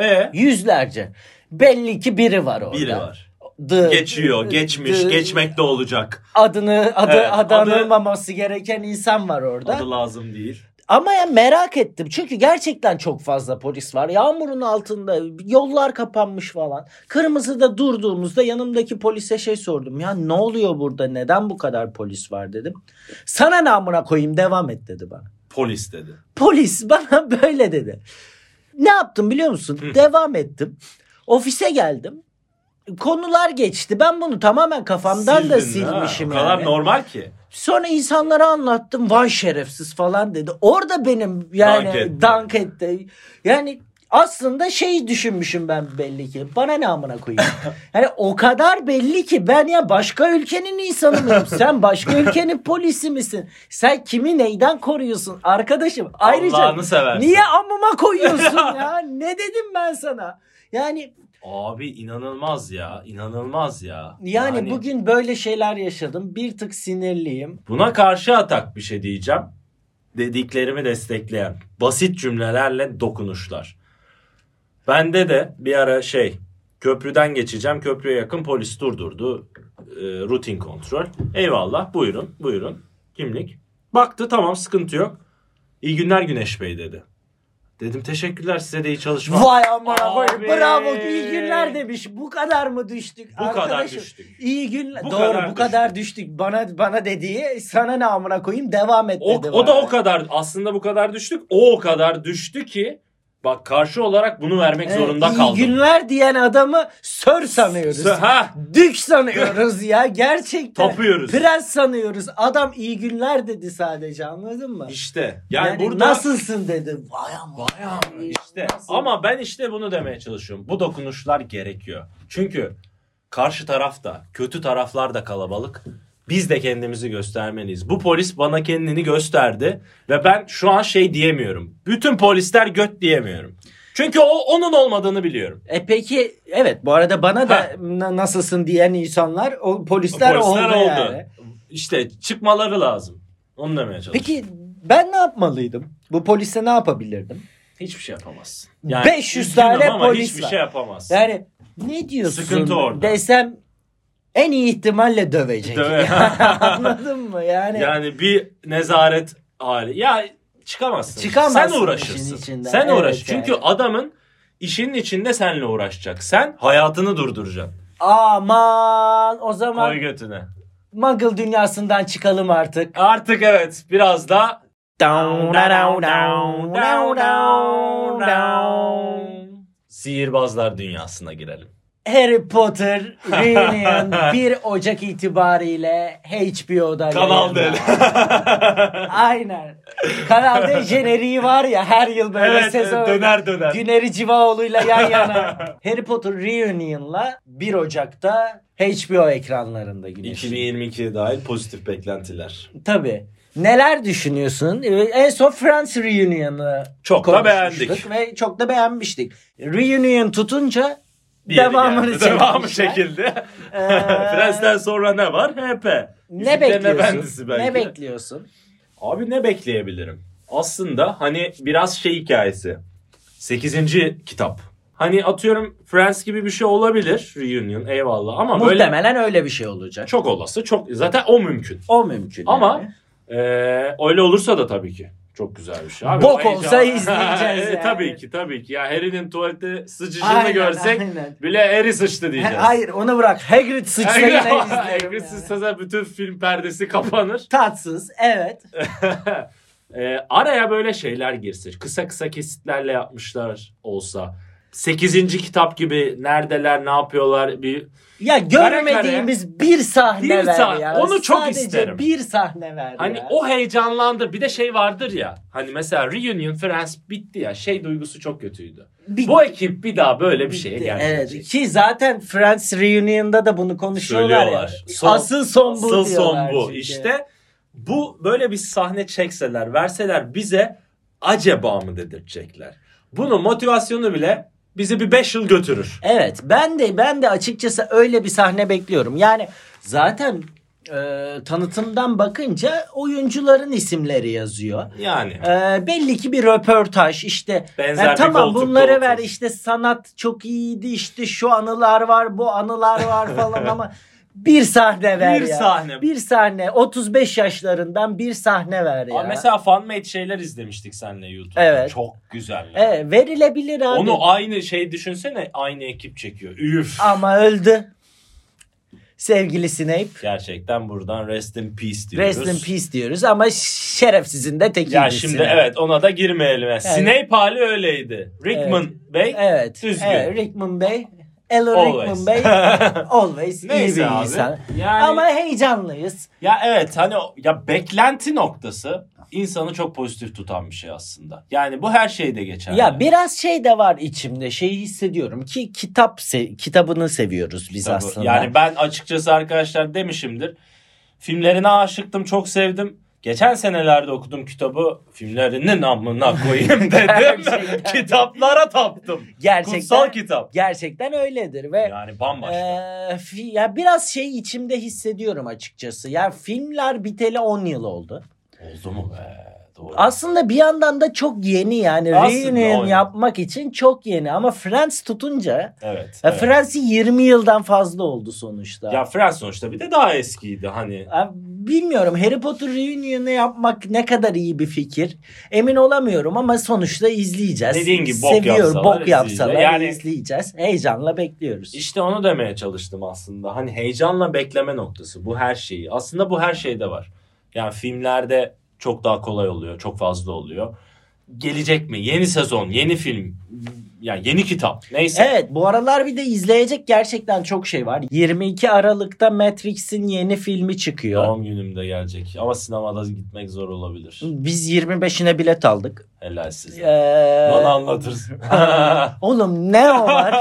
[SPEAKER 2] E
[SPEAKER 3] Yüzlerce. Belli ki biri var orada.
[SPEAKER 2] biri var.
[SPEAKER 3] The-
[SPEAKER 2] Geçiyor, geçmiş,
[SPEAKER 3] the-
[SPEAKER 2] geçmekte olacak.
[SPEAKER 3] Adını adı
[SPEAKER 2] Evet,
[SPEAKER 3] adı
[SPEAKER 2] adı-
[SPEAKER 3] anılmaması gereken insan var orada.
[SPEAKER 2] Adı lazım değil.
[SPEAKER 3] Ama ya merak ettim. Çünkü gerçekten çok fazla polis var. Yağmurun altında yollar kapanmış falan. Kırmızıda durduğumuzda yanımdaki polise şey sordum. Ya ne oluyor burada? Neden bu kadar polis var dedim. Sana namına koyayım devam et dedi bana.
[SPEAKER 2] Polis dedi.
[SPEAKER 3] Polis bana böyle dedi. Ne yaptım biliyor musun?
[SPEAKER 2] Hı.
[SPEAKER 3] Devam ettim. Ofise geldim. Konular geçti. Ben bunu tamamen kafamdan da
[SPEAKER 2] Sildin ha.
[SPEAKER 3] silmişim.
[SPEAKER 2] O kadar
[SPEAKER 3] yani.
[SPEAKER 2] normal ki.
[SPEAKER 3] Sonra insanlara anlattım. Vay şerefsiz falan dedi. Orada benim yani
[SPEAKER 2] Dank
[SPEAKER 3] dank
[SPEAKER 2] etti.
[SPEAKER 3] etti. Yani aslında şey düşünmüşüm ben belli ki. Bana ne amına koyayım. Yani o kadar belli ki ben ya başka ülkenin insanı mıyım? Sen başka ülkenin polisi misin? Sen kimi neyden koruyorsun arkadaşım? Ayrıca
[SPEAKER 2] Allah'ını seversin.
[SPEAKER 3] niye amıma koyuyorsun ya? Ne dedim ben sana? Yani
[SPEAKER 2] Abi inanılmaz ya. inanılmaz ya.
[SPEAKER 3] yani, bugün böyle şeyler yaşadım. Bir tık sinirliyim.
[SPEAKER 2] Buna karşı atak bir şey diyeceğim. Dediklerimi destekleyen basit cümlelerle dokunuşlar. Bende de bir ara şey köprüden geçeceğim köprüye yakın polis durdurdu e, rutin kontrol. Eyvallah buyurun buyurun kimlik. Baktı tamam sıkıntı yok. İyi günler Güneş Bey dedi. Dedim teşekkürler size de iyi çalışmalar.
[SPEAKER 3] Vay amına
[SPEAKER 2] Abi.
[SPEAKER 3] koyayım. Bravo. İyi günler demiş. Bu kadar mı düştük?
[SPEAKER 2] Bu kadar düştük.
[SPEAKER 3] İyi günler.
[SPEAKER 2] Bu
[SPEAKER 3] Doğru
[SPEAKER 2] kadar
[SPEAKER 3] bu kadar düştük. Bana bana dediği sana ne amına koyayım devam et
[SPEAKER 2] O,
[SPEAKER 3] dedi.
[SPEAKER 2] o da
[SPEAKER 3] bana.
[SPEAKER 2] o kadar aslında bu kadar düştük. O o kadar düştü ki bak karşı olarak bunu vermek
[SPEAKER 3] Evet,
[SPEAKER 2] zorunda
[SPEAKER 3] iyi
[SPEAKER 2] kaldım.
[SPEAKER 3] günler diyen adamı sör sanıyoruz.
[SPEAKER 2] Ha
[SPEAKER 3] Dük sanıyoruz ya gerçekten.
[SPEAKER 2] Tapıyoruz.
[SPEAKER 3] Prens sanıyoruz. Adam iyi günler dedi sadece anladın mı?
[SPEAKER 2] işte yani,
[SPEAKER 3] Yani,
[SPEAKER 2] burada
[SPEAKER 3] nasılsın dedi. Vay amına.
[SPEAKER 2] Bayağı
[SPEAKER 3] koyayım,
[SPEAKER 2] işte
[SPEAKER 3] nasıl-
[SPEAKER 2] ama ben işte bunu demeye çalışıyorum. Bu dokunuşlar gerekiyor. Çünkü karşı taraf da kötü taraflar da kalabalık. Biz de kendimizi göstermeliyiz. Bu polis bana kendini gösterdi ve ben şu an şey diyemiyorum. Bütün polisler göt diyemiyorum. Çünkü o onun olmadığını biliyorum.
[SPEAKER 3] E peki evet bu arada bana
[SPEAKER 2] Ha.
[SPEAKER 3] da "Na- nasılsın diyen insanlar o polisler, oldu, yani.
[SPEAKER 2] İşte çıkmaları lazım. Onu demeye çalışıyorum.
[SPEAKER 3] Peki ben ne yapmalıydım? Bu polise ne yapabilirdim?
[SPEAKER 2] hiçbir şey yapamazsın.
[SPEAKER 3] 500
[SPEAKER 2] üzgünüm
[SPEAKER 3] tane
[SPEAKER 2] ama
[SPEAKER 3] polis
[SPEAKER 2] hiçbir
[SPEAKER 3] var.
[SPEAKER 2] şey yapamazsın.
[SPEAKER 3] Yani ne diyorsun
[SPEAKER 2] Sıkıntı orada.
[SPEAKER 3] desem en iyi ihtimalle dövecek.
[SPEAKER 2] Döve-
[SPEAKER 3] Anladın mı? Yani,
[SPEAKER 2] Yani bir nezaret hali. Ya çıkamazsın.
[SPEAKER 3] Çıkamazsın
[SPEAKER 2] Sen uğraşırsın.
[SPEAKER 3] işin içinden.
[SPEAKER 2] Sen
[SPEAKER 3] Evet
[SPEAKER 2] uğraş.
[SPEAKER 3] yani.
[SPEAKER 2] Çünkü adamın işinin içinde senle uğraşacak. Sen hayatını durduracaksın.
[SPEAKER 3] aman o zaman
[SPEAKER 2] Koy götüne.
[SPEAKER 3] Muggle dünyasından çıkalım artık.
[SPEAKER 2] Artık evet biraz daha sihirbazlar dünyasına girelim.
[SPEAKER 3] Harry Potter Reunion 1 Ocak itibariyle HBO'da.
[SPEAKER 2] Kanal
[SPEAKER 3] yayında.
[SPEAKER 2] D.
[SPEAKER 3] Aynen. Kanal D jeneriği var ya her yıl böyle
[SPEAKER 2] Evet,
[SPEAKER 3] sezon.
[SPEAKER 2] döner döner.
[SPEAKER 3] Güneri Civaoğlu'yla yan yana. Harry Potter Reunion'la 1 Ocak'ta HBO ekranlarında güneş.
[SPEAKER 2] 2022'ye dahil pozitif beklentiler.
[SPEAKER 3] Tabii. Neler düşünüyorsun? Ee, En son Friends Reunion'ı
[SPEAKER 2] Çok da
[SPEAKER 3] konuşmuştuk
[SPEAKER 2] beğendik.
[SPEAKER 3] Ve çok da beğenmiştik. Reunion tutunca
[SPEAKER 2] Bir yeri
[SPEAKER 3] devamını
[SPEAKER 2] geldi. Devamı
[SPEAKER 3] çekmişler.
[SPEAKER 2] şekilde. Prens'ten sonra ne var? HP.
[SPEAKER 3] Ee, Ne
[SPEAKER 2] Yüzüklerin
[SPEAKER 3] bekliyorsun?
[SPEAKER 2] Efendisi belki.
[SPEAKER 3] Ne bekliyorsun?
[SPEAKER 2] Abi ne bekleyebilirim? Aslında hani biraz şey hikayesi. 8. kitap. Hani atıyorum Friends gibi bir şey olabilir. Reunion eyvallah ama böyle
[SPEAKER 3] Muhtemelen öyle bir şey olacak.
[SPEAKER 2] çok olası. çok Zaten o mümkün.
[SPEAKER 3] O mümkün.
[SPEAKER 2] Ama
[SPEAKER 3] yani.
[SPEAKER 2] eee, öyle olursa da tabii ki. Çok güzel bir şey. Abi,
[SPEAKER 3] Bok
[SPEAKER 2] o heyecan-
[SPEAKER 3] olsa izleyeceğiz
[SPEAKER 2] E,
[SPEAKER 3] yani.
[SPEAKER 2] Tabii ki tabii ki. Ya Harry'nin tuvalette sıçışını
[SPEAKER 3] Aynen,
[SPEAKER 2] görsek
[SPEAKER 3] aynen.
[SPEAKER 2] bile Harry sıçtı diyeceğiz.
[SPEAKER 3] Ha- Hayır onu bırak. Hagrid sıçsa yine izlerim.
[SPEAKER 2] Harry
[SPEAKER 3] yani.
[SPEAKER 2] sıçsa da bütün film perdesi kapanır.
[SPEAKER 3] Tatsız evet.
[SPEAKER 2] Ee, araya böyle şeyler girse, kısa kısa kesitlerle yapmışlar olsa. 8. kitap gibi neredeler ne yapıyorlar bir kare.
[SPEAKER 3] Ya görmediğimiz bir sahne
[SPEAKER 2] Bir
[SPEAKER 3] ver
[SPEAKER 2] sah-
[SPEAKER 3] ya.
[SPEAKER 2] onu çok
[SPEAKER 3] Sadece
[SPEAKER 2] isterim.
[SPEAKER 3] bir sahne ver
[SPEAKER 2] Hani
[SPEAKER 3] ya.
[SPEAKER 2] o heyecanlandır. Bir de şey vardır ya. Hani mesela Reunion Friends bitti ya. Şey duygusu çok kötüydü.
[SPEAKER 3] Bir-
[SPEAKER 2] Bu ekip bir daha böyle bir şeye gelmeyecek.
[SPEAKER 3] Evet ki zaten Friends Reunion'da da bunu konuşuyorlar ya.
[SPEAKER 2] Söylüyorlar. Son-
[SPEAKER 3] Asıl son bu
[SPEAKER 2] Asıl son
[SPEAKER 3] diyorlar
[SPEAKER 2] bu.
[SPEAKER 3] çünkü.
[SPEAKER 2] İşte bu böyle bir sahne çekseler, verseler bize acaba mı dedirtecekler. Bunun motivasyonu bile bizi bir 5 yıl götürür.
[SPEAKER 3] Evet ben de ben de açıkçası öyle bir sahne bekliyorum. Yani zaten e, tanıtımdan bakınca oyuncuların isimleri yazıyor.
[SPEAKER 2] Yani.
[SPEAKER 3] E, belli ki bir röportaj işte
[SPEAKER 2] Benzer
[SPEAKER 3] Ya
[SPEAKER 2] bir
[SPEAKER 3] tamam
[SPEAKER 2] koltukta
[SPEAKER 3] bunları ver
[SPEAKER 2] otur.
[SPEAKER 3] işte sanat çok iyiydi işte şu anılar var bu anılar var falan ama bir sahne ver
[SPEAKER 2] Bir
[SPEAKER 3] ya.
[SPEAKER 2] sahne.
[SPEAKER 3] Bir sahne 35 yaşlarından bir sahne ver ya.
[SPEAKER 2] Aa, mesela fanmade şeyler izlemiştik seninle YouTube'da.
[SPEAKER 3] Evet.
[SPEAKER 2] Çok güzeller.
[SPEAKER 3] Evet, E, verilebilir abi.
[SPEAKER 2] Onu aynı şey düşünsene aynı ekip çekiyor. Üf.
[SPEAKER 3] Ama öldü. Sevgili Snape.
[SPEAKER 2] Gerçekten buradan rest in peace diyoruz.
[SPEAKER 3] Rest in peace diyoruz ama şerefsizin de tekiydi
[SPEAKER 2] Ya şimdi
[SPEAKER 3] Snape.
[SPEAKER 2] evet ona da girmeyelim. Yani. Snape hali öyleydi. Rickman Bey
[SPEAKER 3] Evet.
[SPEAKER 2] düzgün.
[SPEAKER 3] evet, Rickman Bey. Ella
[SPEAKER 2] Always.
[SPEAKER 3] Rickman Bey. Always iyi
[SPEAKER 2] Neyse
[SPEAKER 3] bir
[SPEAKER 2] abi.
[SPEAKER 3] insan.
[SPEAKER 2] Yani-
[SPEAKER 3] Ama heyecanlıyız.
[SPEAKER 2] Ya evet hani o- ya beklenti noktası insanı çok pozitif tutan bir şey aslında. Yani bu her şeyde geçerli.
[SPEAKER 3] Ya biraz şey de var içimde. Şeyi hissediyorum ki kitap se- kitabını seviyoruz biz
[SPEAKER 2] Tabii.
[SPEAKER 3] aslında.
[SPEAKER 2] Yani ben açıkçası arkadaşlar demişimdir. Filmlerine aşıktım, çok sevdim. Geçen senelerde okudum kitabı. Filmlerinin amına koyayım dedim.
[SPEAKER 3] Gerçekten.
[SPEAKER 2] Kitaplara taptım.
[SPEAKER 3] Gerçekten-
[SPEAKER 2] Kutsal kitap.
[SPEAKER 3] gerçekten öyledir ve
[SPEAKER 2] Yani bambaşka.
[SPEAKER 3] Ee, fi- ya biraz şey içimde hissediyorum açıkçası. Ya filmler biteli 10 yıl oldu.
[SPEAKER 2] Oldu mu be? Doğru.
[SPEAKER 3] Aslında bir yandan da çok yeni yani
[SPEAKER 2] Aslında on
[SPEAKER 3] reunion
[SPEAKER 2] yıl.
[SPEAKER 3] yapmak için çok yeni ama Friends tutunca
[SPEAKER 2] evet.
[SPEAKER 3] ya
[SPEAKER 2] evet.
[SPEAKER 3] Friends'i 20 yıldan fazla oldu sonuçta.
[SPEAKER 2] Ya Friends sonuçta bir de daha eskiydi hani.
[SPEAKER 3] Ya Bilmiyorum Harry Potter reunion'ı yapmak ne kadar iyi bir fikir. Emin olamıyorum ama sonuçta izleyeceğiz.
[SPEAKER 2] Dediğin gibi bok yapsalar
[SPEAKER 3] bok yapsalar
[SPEAKER 2] izleyeceğiz. Yani-
[SPEAKER 3] izleyeceğiz. Heyecanla bekliyoruz.
[SPEAKER 2] İşte onu demeye çalıştım aslında. Hani heyecanla bekleme noktası bu her şeyi. Aslında bu her şeyde var. Yani filmlerde çok daha kolay oluyor, çok fazla oluyor. Gelecek mi? Yeni sezon, yeni film, yani yeni kitap. Neyse.
[SPEAKER 3] Evet bu aralar bir de izleyecek gerçekten çok şey var. 22 Aralık'ta Matrix'in yeni filmi çıkıyor.
[SPEAKER 2] Doğum günümde gelecek. Ama sinemada gitmek zor olabilir.
[SPEAKER 3] Biz 25'ine bilet aldık.
[SPEAKER 2] Helal size.
[SPEAKER 3] Ee,
[SPEAKER 2] Bana anlatırsın.
[SPEAKER 3] Oğlum ne o var?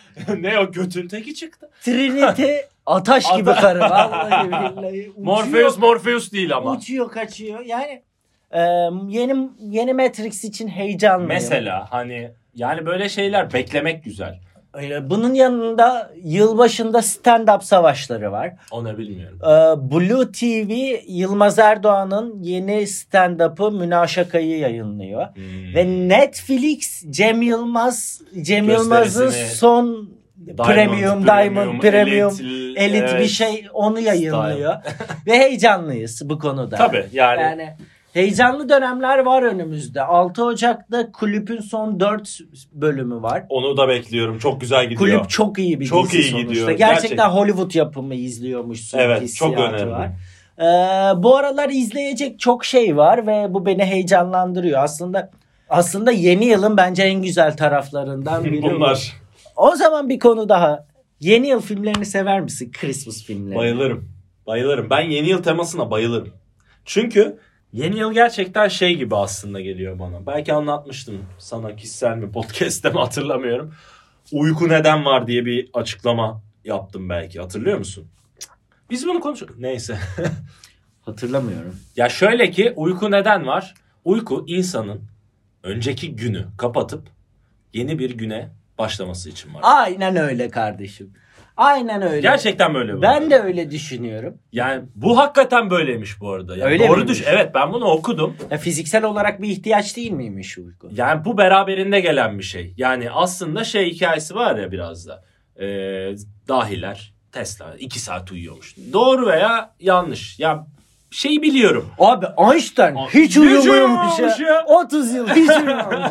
[SPEAKER 2] ne o götün teki çıktı.
[SPEAKER 3] Trinity ataş gibi
[SPEAKER 2] Ata-
[SPEAKER 3] karı. Vallahi billahi. Uçuyor,
[SPEAKER 2] Morpheus Morpheus değil ama.
[SPEAKER 3] Uçuyor kaçıyor yani. e, yeni yeni Matrix için heyecanlıyım.
[SPEAKER 2] Mesela hani yani böyle şeyler beklemek güzel.
[SPEAKER 3] Öyle, Bunun yanında yılbaşında stand-up savaşları var.
[SPEAKER 2] Onu bilmiyorum.
[SPEAKER 3] Ee, Blue TV Yılmaz Erdoğan'ın yeni stand-up'ı Münaşaka'yı yayınlıyor.
[SPEAKER 2] Hmm.
[SPEAKER 3] Ve Netflix Cem Yılmaz Cem
[SPEAKER 2] Gösterisini-
[SPEAKER 3] Yılmaz'ın son premium diamond premium
[SPEAKER 2] elite,
[SPEAKER 3] elit
[SPEAKER 2] evet.
[SPEAKER 3] bir şey onu yayınlıyor. Ve heyecanlıyız bu konuda.
[SPEAKER 2] Tabii yani,
[SPEAKER 3] Yani heyecanlı dönemler var önümüzde. 6 Ocak'ta kulüpün son 4 bölümü var.
[SPEAKER 2] onu da bekliyorum. Çok güzel gidiyor.
[SPEAKER 3] Kulüp çok iyi bir
[SPEAKER 2] Çok
[SPEAKER 3] dizi
[SPEAKER 2] iyi
[SPEAKER 3] sonuçta.
[SPEAKER 2] gidiyor,
[SPEAKER 3] Gerçekten,
[SPEAKER 2] gerçekten.
[SPEAKER 3] Hollywood yapımı izliyormuşsun.
[SPEAKER 2] Evet, çok
[SPEAKER 3] hissiyatı
[SPEAKER 2] önemli.
[SPEAKER 3] var. Ee, bu aralar izleyecek çok şey var ve bu beni heyecanlandırıyor. Aslında aslında yeni yılın bence en güzel taraflarından biri. bu.
[SPEAKER 2] Bunlar
[SPEAKER 3] O zaman bir konu daha. Yeni yıl filmlerini sever misin? Christmas filmlerini.
[SPEAKER 2] bayılırım. Bayılırım. Ben yeni yıl temasına bayılırım. Çünkü yeni yıl gerçekten şey gibi aslında geliyor bana. Belki anlatmıştım sana kişisel mi podcast'te mi hatırlamıyorum. Uyku neden var diye bir açıklama yaptım belki. Hatırlıyor musun? Biz bunu konuşuyoruz. Neyse.
[SPEAKER 3] Hatırlamıyorum.
[SPEAKER 2] Ya şöyle ki uyku neden var? Uyku insanın önceki günü kapatıp yeni bir güne başlaması için var.
[SPEAKER 3] Aynen öyle kardeşim. Aynen öyle.
[SPEAKER 2] Gerçekten böyle bu.
[SPEAKER 3] Ben de öyle düşünüyorum.
[SPEAKER 2] yani bu hakikaten böyleymiş bu arada. Yani
[SPEAKER 3] Öyle
[SPEAKER 2] doğru
[SPEAKER 3] miymiş?
[SPEAKER 2] düş. Evet ben bunu okudum.
[SPEAKER 3] Ya fiziksel olarak bir ihtiyaç değil miymiş uyku?
[SPEAKER 2] Yani bu beraberinde gelen bir şey. Yani aslında şey hikayesi var ya biraz da. Ee, dahiler Tesla 2 saat uyuyormuş. Doğru veya yanlış. Ya şey biliyorum.
[SPEAKER 3] Abi Einstein
[SPEAKER 2] Ay-
[SPEAKER 3] hiç uyumuyormuş ya.
[SPEAKER 2] uyumamış ya.
[SPEAKER 3] 30 yıl hiç uyumamış.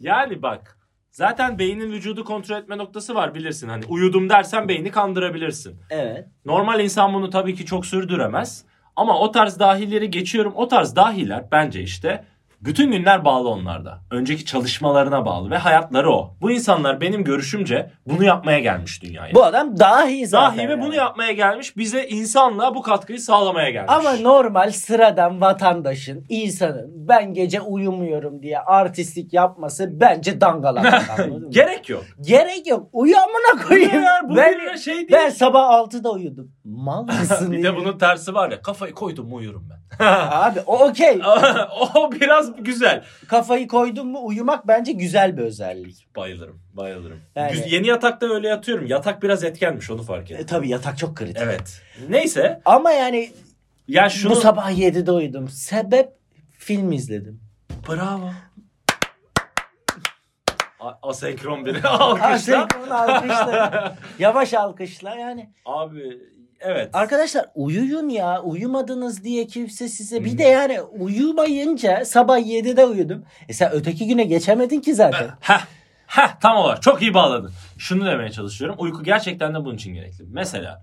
[SPEAKER 2] Yani bak zaten beynin vücudu kontrol etme noktası var bilirsin. Hani uyudum dersen beyni kandırabilirsin.
[SPEAKER 3] evet.
[SPEAKER 2] Normal insan bunu tabii ki çok sürdüremez. Ama o tarz dahileri geçiyorum. O tarz dahiler bence işte Bütün günler bağlı onlarda. Önceki çalışmalarına bağlı ve hayatları o. Bu insanlar benim görüşümce bunu yapmaya gelmiş dünyaya.
[SPEAKER 3] Bu adam dahi zaten.
[SPEAKER 2] Dahi ve
[SPEAKER 3] yani.
[SPEAKER 2] bunu yapmaya gelmiş. Bize insanlığa bu katkıyı sağlamaya gelmiş.
[SPEAKER 3] Ama normal sıradan vatandaşın, insanın ben gece uyumuyorum diye artistlik yapması bence dangalak. anladın mı?
[SPEAKER 2] Gerek yok.
[SPEAKER 3] Gerek yok. Uyu amına koyayım.
[SPEAKER 2] Uyuyorlar, bu
[SPEAKER 3] ben,
[SPEAKER 2] bir şey değil.
[SPEAKER 3] ben sabah 6'da uyudum. Mal mısın?
[SPEAKER 2] bir
[SPEAKER 3] ya?
[SPEAKER 2] de bunun tersi var ya kafayı koydum mu uyurum ben.
[SPEAKER 3] Abi o okey.
[SPEAKER 2] o biraz güzel.
[SPEAKER 3] Kafayı koydun mu uyumak bence güzel bir özellik.
[SPEAKER 2] Bayılırım, bayılırım.
[SPEAKER 3] Yani-
[SPEAKER 2] Güz- Yeni yatakta öyle yatıyorum. Yatak biraz etkenmiş onu fark
[SPEAKER 3] E,
[SPEAKER 2] ettim.
[SPEAKER 3] tabii yatak çok kritik.
[SPEAKER 2] Evet. Neyse.
[SPEAKER 3] Ama yani
[SPEAKER 2] Ya şunu...
[SPEAKER 3] bu sabah 7'de uyudum. Sebep film izledim.
[SPEAKER 2] Bravo. A- asenkron biri alkışla.
[SPEAKER 3] Alkışla. alkışla. Yavaş alkışla yani.
[SPEAKER 2] Abi evet.
[SPEAKER 3] Arkadaşlar uyuyun ya. Uyumadınız diye kimse size. Bir de yani uyumayınca sabah 7'de uyudum. E sen öteki güne geçemedin ki zaten.
[SPEAKER 2] Heh. Heh tam olarak çok iyi bağladın. Şunu demeye çalışıyorum. Uyku gerçekten de bunun için gerekli. Mesela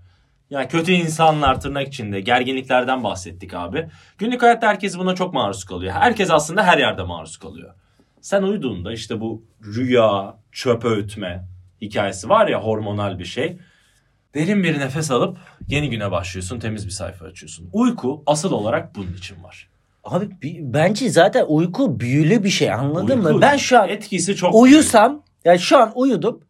[SPEAKER 2] yani kötü insanlar tırnak içinde gerginliklerden bahsettik abi. Günlük hayatta herkes buna çok maruz kalıyor. Herkes aslında her yerde maruz kalıyor. Sen uyuduğunda işte bu rüya, çöp öğütme hikayesi var ya hormonal bir şey. Derin bir nefes alıp yeni güne başlıyorsun, temiz bir sayfa açıyorsun. Uyku asıl olarak bunun için var.
[SPEAKER 3] Abi bi- bence zaten uyku büyülü bir şey anladın
[SPEAKER 2] Uyku
[SPEAKER 3] mı? Ben şu an
[SPEAKER 2] etkisi çok
[SPEAKER 3] uyusam yani şu an uyudum.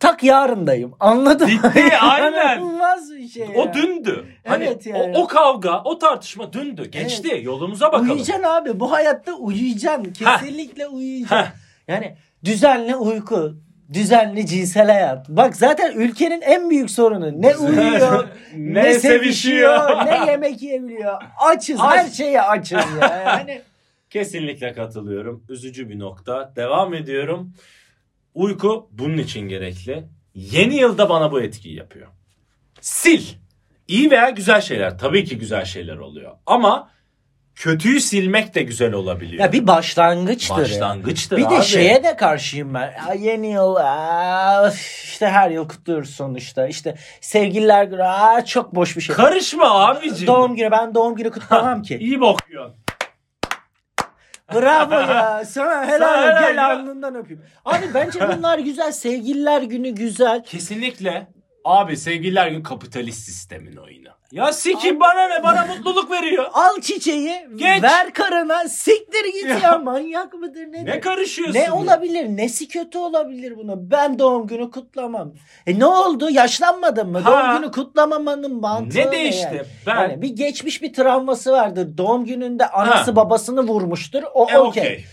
[SPEAKER 3] Tak yarındayım. Anladın mı?
[SPEAKER 2] Bitti, aynen.
[SPEAKER 3] İnanılmaz bir şey. ya.
[SPEAKER 2] O dündü. Hani
[SPEAKER 3] Evet yani.
[SPEAKER 2] o, o kavga, o tartışma dündü. Geçti. Yolumuza bakalım.
[SPEAKER 3] Uyuyacaksın abi. Bu hayatta uyuyacaksın. Kesinlikle uyuyacaksın.
[SPEAKER 2] Heh.
[SPEAKER 3] Yani düzenli uyku, düzenli cinsel hayat. Bak zaten ülkenin en büyük sorunu ne uyuyor,
[SPEAKER 2] Ne
[SPEAKER 3] ne,
[SPEAKER 2] sevişiyor.
[SPEAKER 3] sevişiyor, ne yemek yiyebiliyor. Açız, her
[SPEAKER 2] Aç.
[SPEAKER 3] şeye açız ya. Yani
[SPEAKER 2] Kesinlikle katılıyorum. Üzücü bir nokta. Devam ediyorum. Uyku bunun için gerekli. Yeni yılda bana bu etkiyi yapıyor. Sil. İyi veya güzel şeyler. Tabii ki güzel şeyler oluyor. Ama kötüyü silmek de güzel olabiliyor.
[SPEAKER 3] ya bir başlangıçtır. ya.
[SPEAKER 2] Başlangıçtır
[SPEAKER 3] Bir
[SPEAKER 2] abi.
[SPEAKER 3] de şeye de karşıyım ben. Ya yeni yıl aa, üf, işte her yıl kutluyoruz sonuçta. İşte sevgililer günü aa, çok boş bir şey.
[SPEAKER 2] Karışma abicim.
[SPEAKER 3] Doğum günü ben doğum günü kutlamam ki.
[SPEAKER 2] İyi bakıyorsun.
[SPEAKER 3] Bravo ya. Sana
[SPEAKER 2] Sana
[SPEAKER 3] helal
[SPEAKER 2] helal ya.
[SPEAKER 3] ol. Gel alnından öpeyim. Abi bence bunlar güzel. Sevgililer günü güzel.
[SPEAKER 2] Kesinlikle. Abi sevgililer gün kapitalist sistemin oyunu. Ya sikim bana ne bana mutluluk veriyor.
[SPEAKER 3] Al çiçeği,
[SPEAKER 2] Geç.
[SPEAKER 3] ver karına, siktir
[SPEAKER 2] Ya.
[SPEAKER 3] git ya. Manyak mıdır nedir?
[SPEAKER 2] Ne karışıyorsun?
[SPEAKER 3] Ne
[SPEAKER 2] ya?
[SPEAKER 3] olabilir? Nesi kötü olabilir buna? Ben doğum günü kutlamam. E ne oldu? Yaşlanmadın mı?
[SPEAKER 2] Ha.
[SPEAKER 3] Doğum günü kutlamamanın mantığı
[SPEAKER 2] Ne değişti?
[SPEAKER 3] yani?
[SPEAKER 2] Ben
[SPEAKER 3] Yani bir geçmiş bir travması vardır. Doğum gününde anası
[SPEAKER 2] Ha.
[SPEAKER 3] babasını vurmuştur. O
[SPEAKER 2] E,
[SPEAKER 3] okey.
[SPEAKER 2] okey.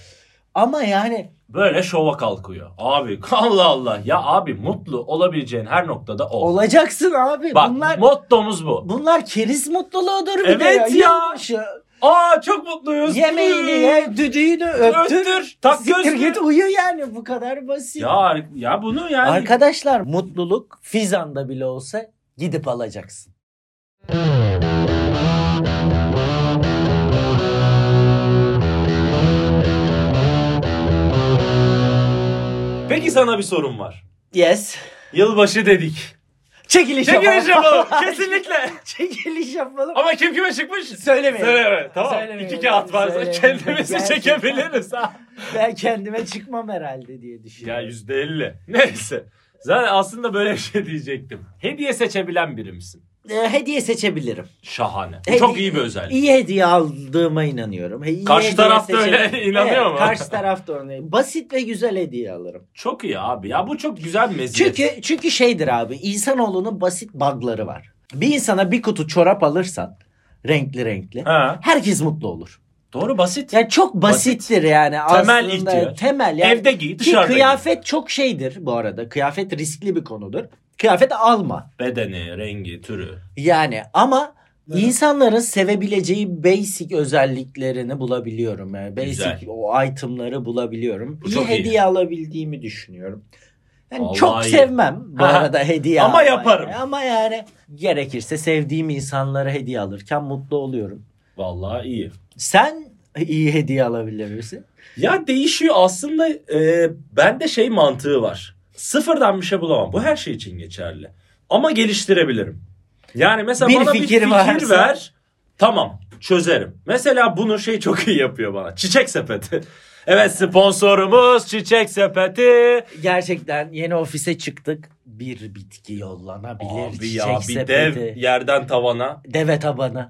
[SPEAKER 3] Ama yani
[SPEAKER 2] Böyle şova kalkıyor. Abi Allah Allah. Ya abi mutlu olabileceğin her noktada ol.
[SPEAKER 3] olacaksın abi.
[SPEAKER 2] Bak
[SPEAKER 3] bunlar
[SPEAKER 2] mottomuz bu.
[SPEAKER 3] bunlar keriz mutluluğudur bir de
[SPEAKER 2] Evet ya.
[SPEAKER 3] Yılbaşı.
[SPEAKER 2] Aa çok mutluyuz.
[SPEAKER 3] Yemeğini ye, düdüğünü öptür.
[SPEAKER 2] Öptür. Tak
[SPEAKER 3] Siktir
[SPEAKER 2] gözlü.
[SPEAKER 3] git uyu yani bu kadar basit.
[SPEAKER 2] Ya, ya bunu yani.
[SPEAKER 3] Arkadaşlar mutluluk Fizan'da bile olsa gidip alacaksın.
[SPEAKER 2] Peki sana bir sorum var.
[SPEAKER 3] Yes.
[SPEAKER 2] Yılbaşı dedik.
[SPEAKER 3] Çekiliş,
[SPEAKER 2] Çekiliş yapalım. Kesinlikle.
[SPEAKER 3] Çekiliş yapalım.
[SPEAKER 2] Ama kim kime çıkmış?
[SPEAKER 3] Söylemeyelim.
[SPEAKER 2] Söyleme. Tamam.
[SPEAKER 3] Söylemeyelim.
[SPEAKER 2] İki kağıt varsa
[SPEAKER 3] Söylemeyelim.
[SPEAKER 2] kendimizi
[SPEAKER 3] Gerçekten.
[SPEAKER 2] çekebiliriz ha.
[SPEAKER 3] Ben kendime çıkmam herhalde diye
[SPEAKER 2] Ya
[SPEAKER 3] düşünüyorum.
[SPEAKER 2] yüzde elli. Neyse. Zaten aslında böyle bir şey diyecektim. Hediye seçebilen biri misin?
[SPEAKER 3] Ee, hediye seçebilirim.
[SPEAKER 2] Şahane. Bu
[SPEAKER 3] Hedi-
[SPEAKER 2] Çok iyi bir özellik.
[SPEAKER 3] İyi hediye aldığıma inanıyorum. İyi
[SPEAKER 2] Karşı
[SPEAKER 3] hediye
[SPEAKER 2] taraf da öyle
[SPEAKER 3] seçebilirim.
[SPEAKER 2] inanıyor
[SPEAKER 3] Evet,
[SPEAKER 2] mu?
[SPEAKER 3] Karşı taraf da öyle. Basit ve güzel hediye alırım.
[SPEAKER 2] Çok iyi abi. Ya bu çok güzel bir meziyet.
[SPEAKER 3] Çünkü çünkü şeydir abi. insanoğlunun basit bug'ları var. Bir insana bir kutu çorap alırsan renkli renkli
[SPEAKER 2] Ha.
[SPEAKER 3] herkes mutlu olur.
[SPEAKER 2] Doğru basit.
[SPEAKER 3] Yani çok basittir yani aslında.
[SPEAKER 2] Temel ihtiyaç.
[SPEAKER 3] Temel yani.
[SPEAKER 2] Evde giy,
[SPEAKER 3] Ki
[SPEAKER 2] dışarıda giy.
[SPEAKER 3] kıyafet çok şeydir bu arada. Kıyafet riskli bir konudur. Kıyafet alma.
[SPEAKER 2] Bedeni, rengi, türü.
[SPEAKER 3] Yani ama insanların sevebileceği basic özelliklerini bulabiliyorum. Yani basic
[SPEAKER 2] Güzel.
[SPEAKER 3] o itemları bulabiliyorum.
[SPEAKER 2] Bu
[SPEAKER 3] iyi
[SPEAKER 2] çok iyi.
[SPEAKER 3] hediye alabildiğimi düşünüyorum. Yani
[SPEAKER 2] Vallahi
[SPEAKER 3] çok
[SPEAKER 2] iyi.
[SPEAKER 3] sevmem bu
[SPEAKER 2] Aha.
[SPEAKER 3] arada hediye
[SPEAKER 2] Ama
[SPEAKER 3] almayı.
[SPEAKER 2] yaparım.
[SPEAKER 3] Ama yani gerekirse sevdiğim insanlara hediye alırken mutlu oluyorum.
[SPEAKER 2] Vallahi iyi.
[SPEAKER 3] Sen iyi hediye alabilir misin?
[SPEAKER 2] Ya değişiyor aslında e, bende şey mantığı var. Sıfırdan bir şey bulamam. Bu her şey için geçerli. Ama geliştirebilirim. Yani mesela
[SPEAKER 3] Bir
[SPEAKER 2] bana bir
[SPEAKER 3] fikir
[SPEAKER 2] fikir
[SPEAKER 3] varsa-
[SPEAKER 2] ver. Tamam çözerim. Mesela bunu şey çok iyi yapıyor bana. Çiçek sepeti. Evet sponsorumuz çiçek sepeti.
[SPEAKER 3] Gerçekten yeni ofise çıktık. Bir bitki yollanabilir.
[SPEAKER 2] Abi
[SPEAKER 3] çiçek
[SPEAKER 2] ya bir
[SPEAKER 3] sepeti.
[SPEAKER 2] dev yerden tavana.
[SPEAKER 3] Deve tabanı.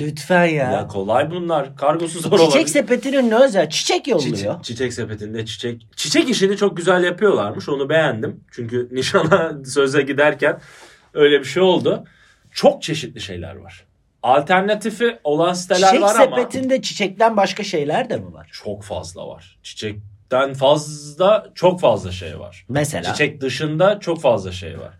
[SPEAKER 3] Lütfen ya.
[SPEAKER 2] Ya kolay bunlar. Kargosu zor olabilir.
[SPEAKER 3] çiçek sepetinin ne özel? Çiçek yolluyor.
[SPEAKER 2] Çiçek, çiçek sepetinde çiçek. Çiçek işini çok güzel yapıyorlarmış. Onu beğendim. Çünkü nişana söze giderken öyle bir şey oldu. Çok çeşitli şeyler var. Alternatifi olan siteler
[SPEAKER 3] Çiçek
[SPEAKER 2] var ama
[SPEAKER 3] sepetinde çiçekten başka şeyler de mi var?
[SPEAKER 2] çok fazla var. Çiçekten fazla çok fazla şey var.
[SPEAKER 3] Mesela.
[SPEAKER 2] Çiçek dışında çok fazla şey var.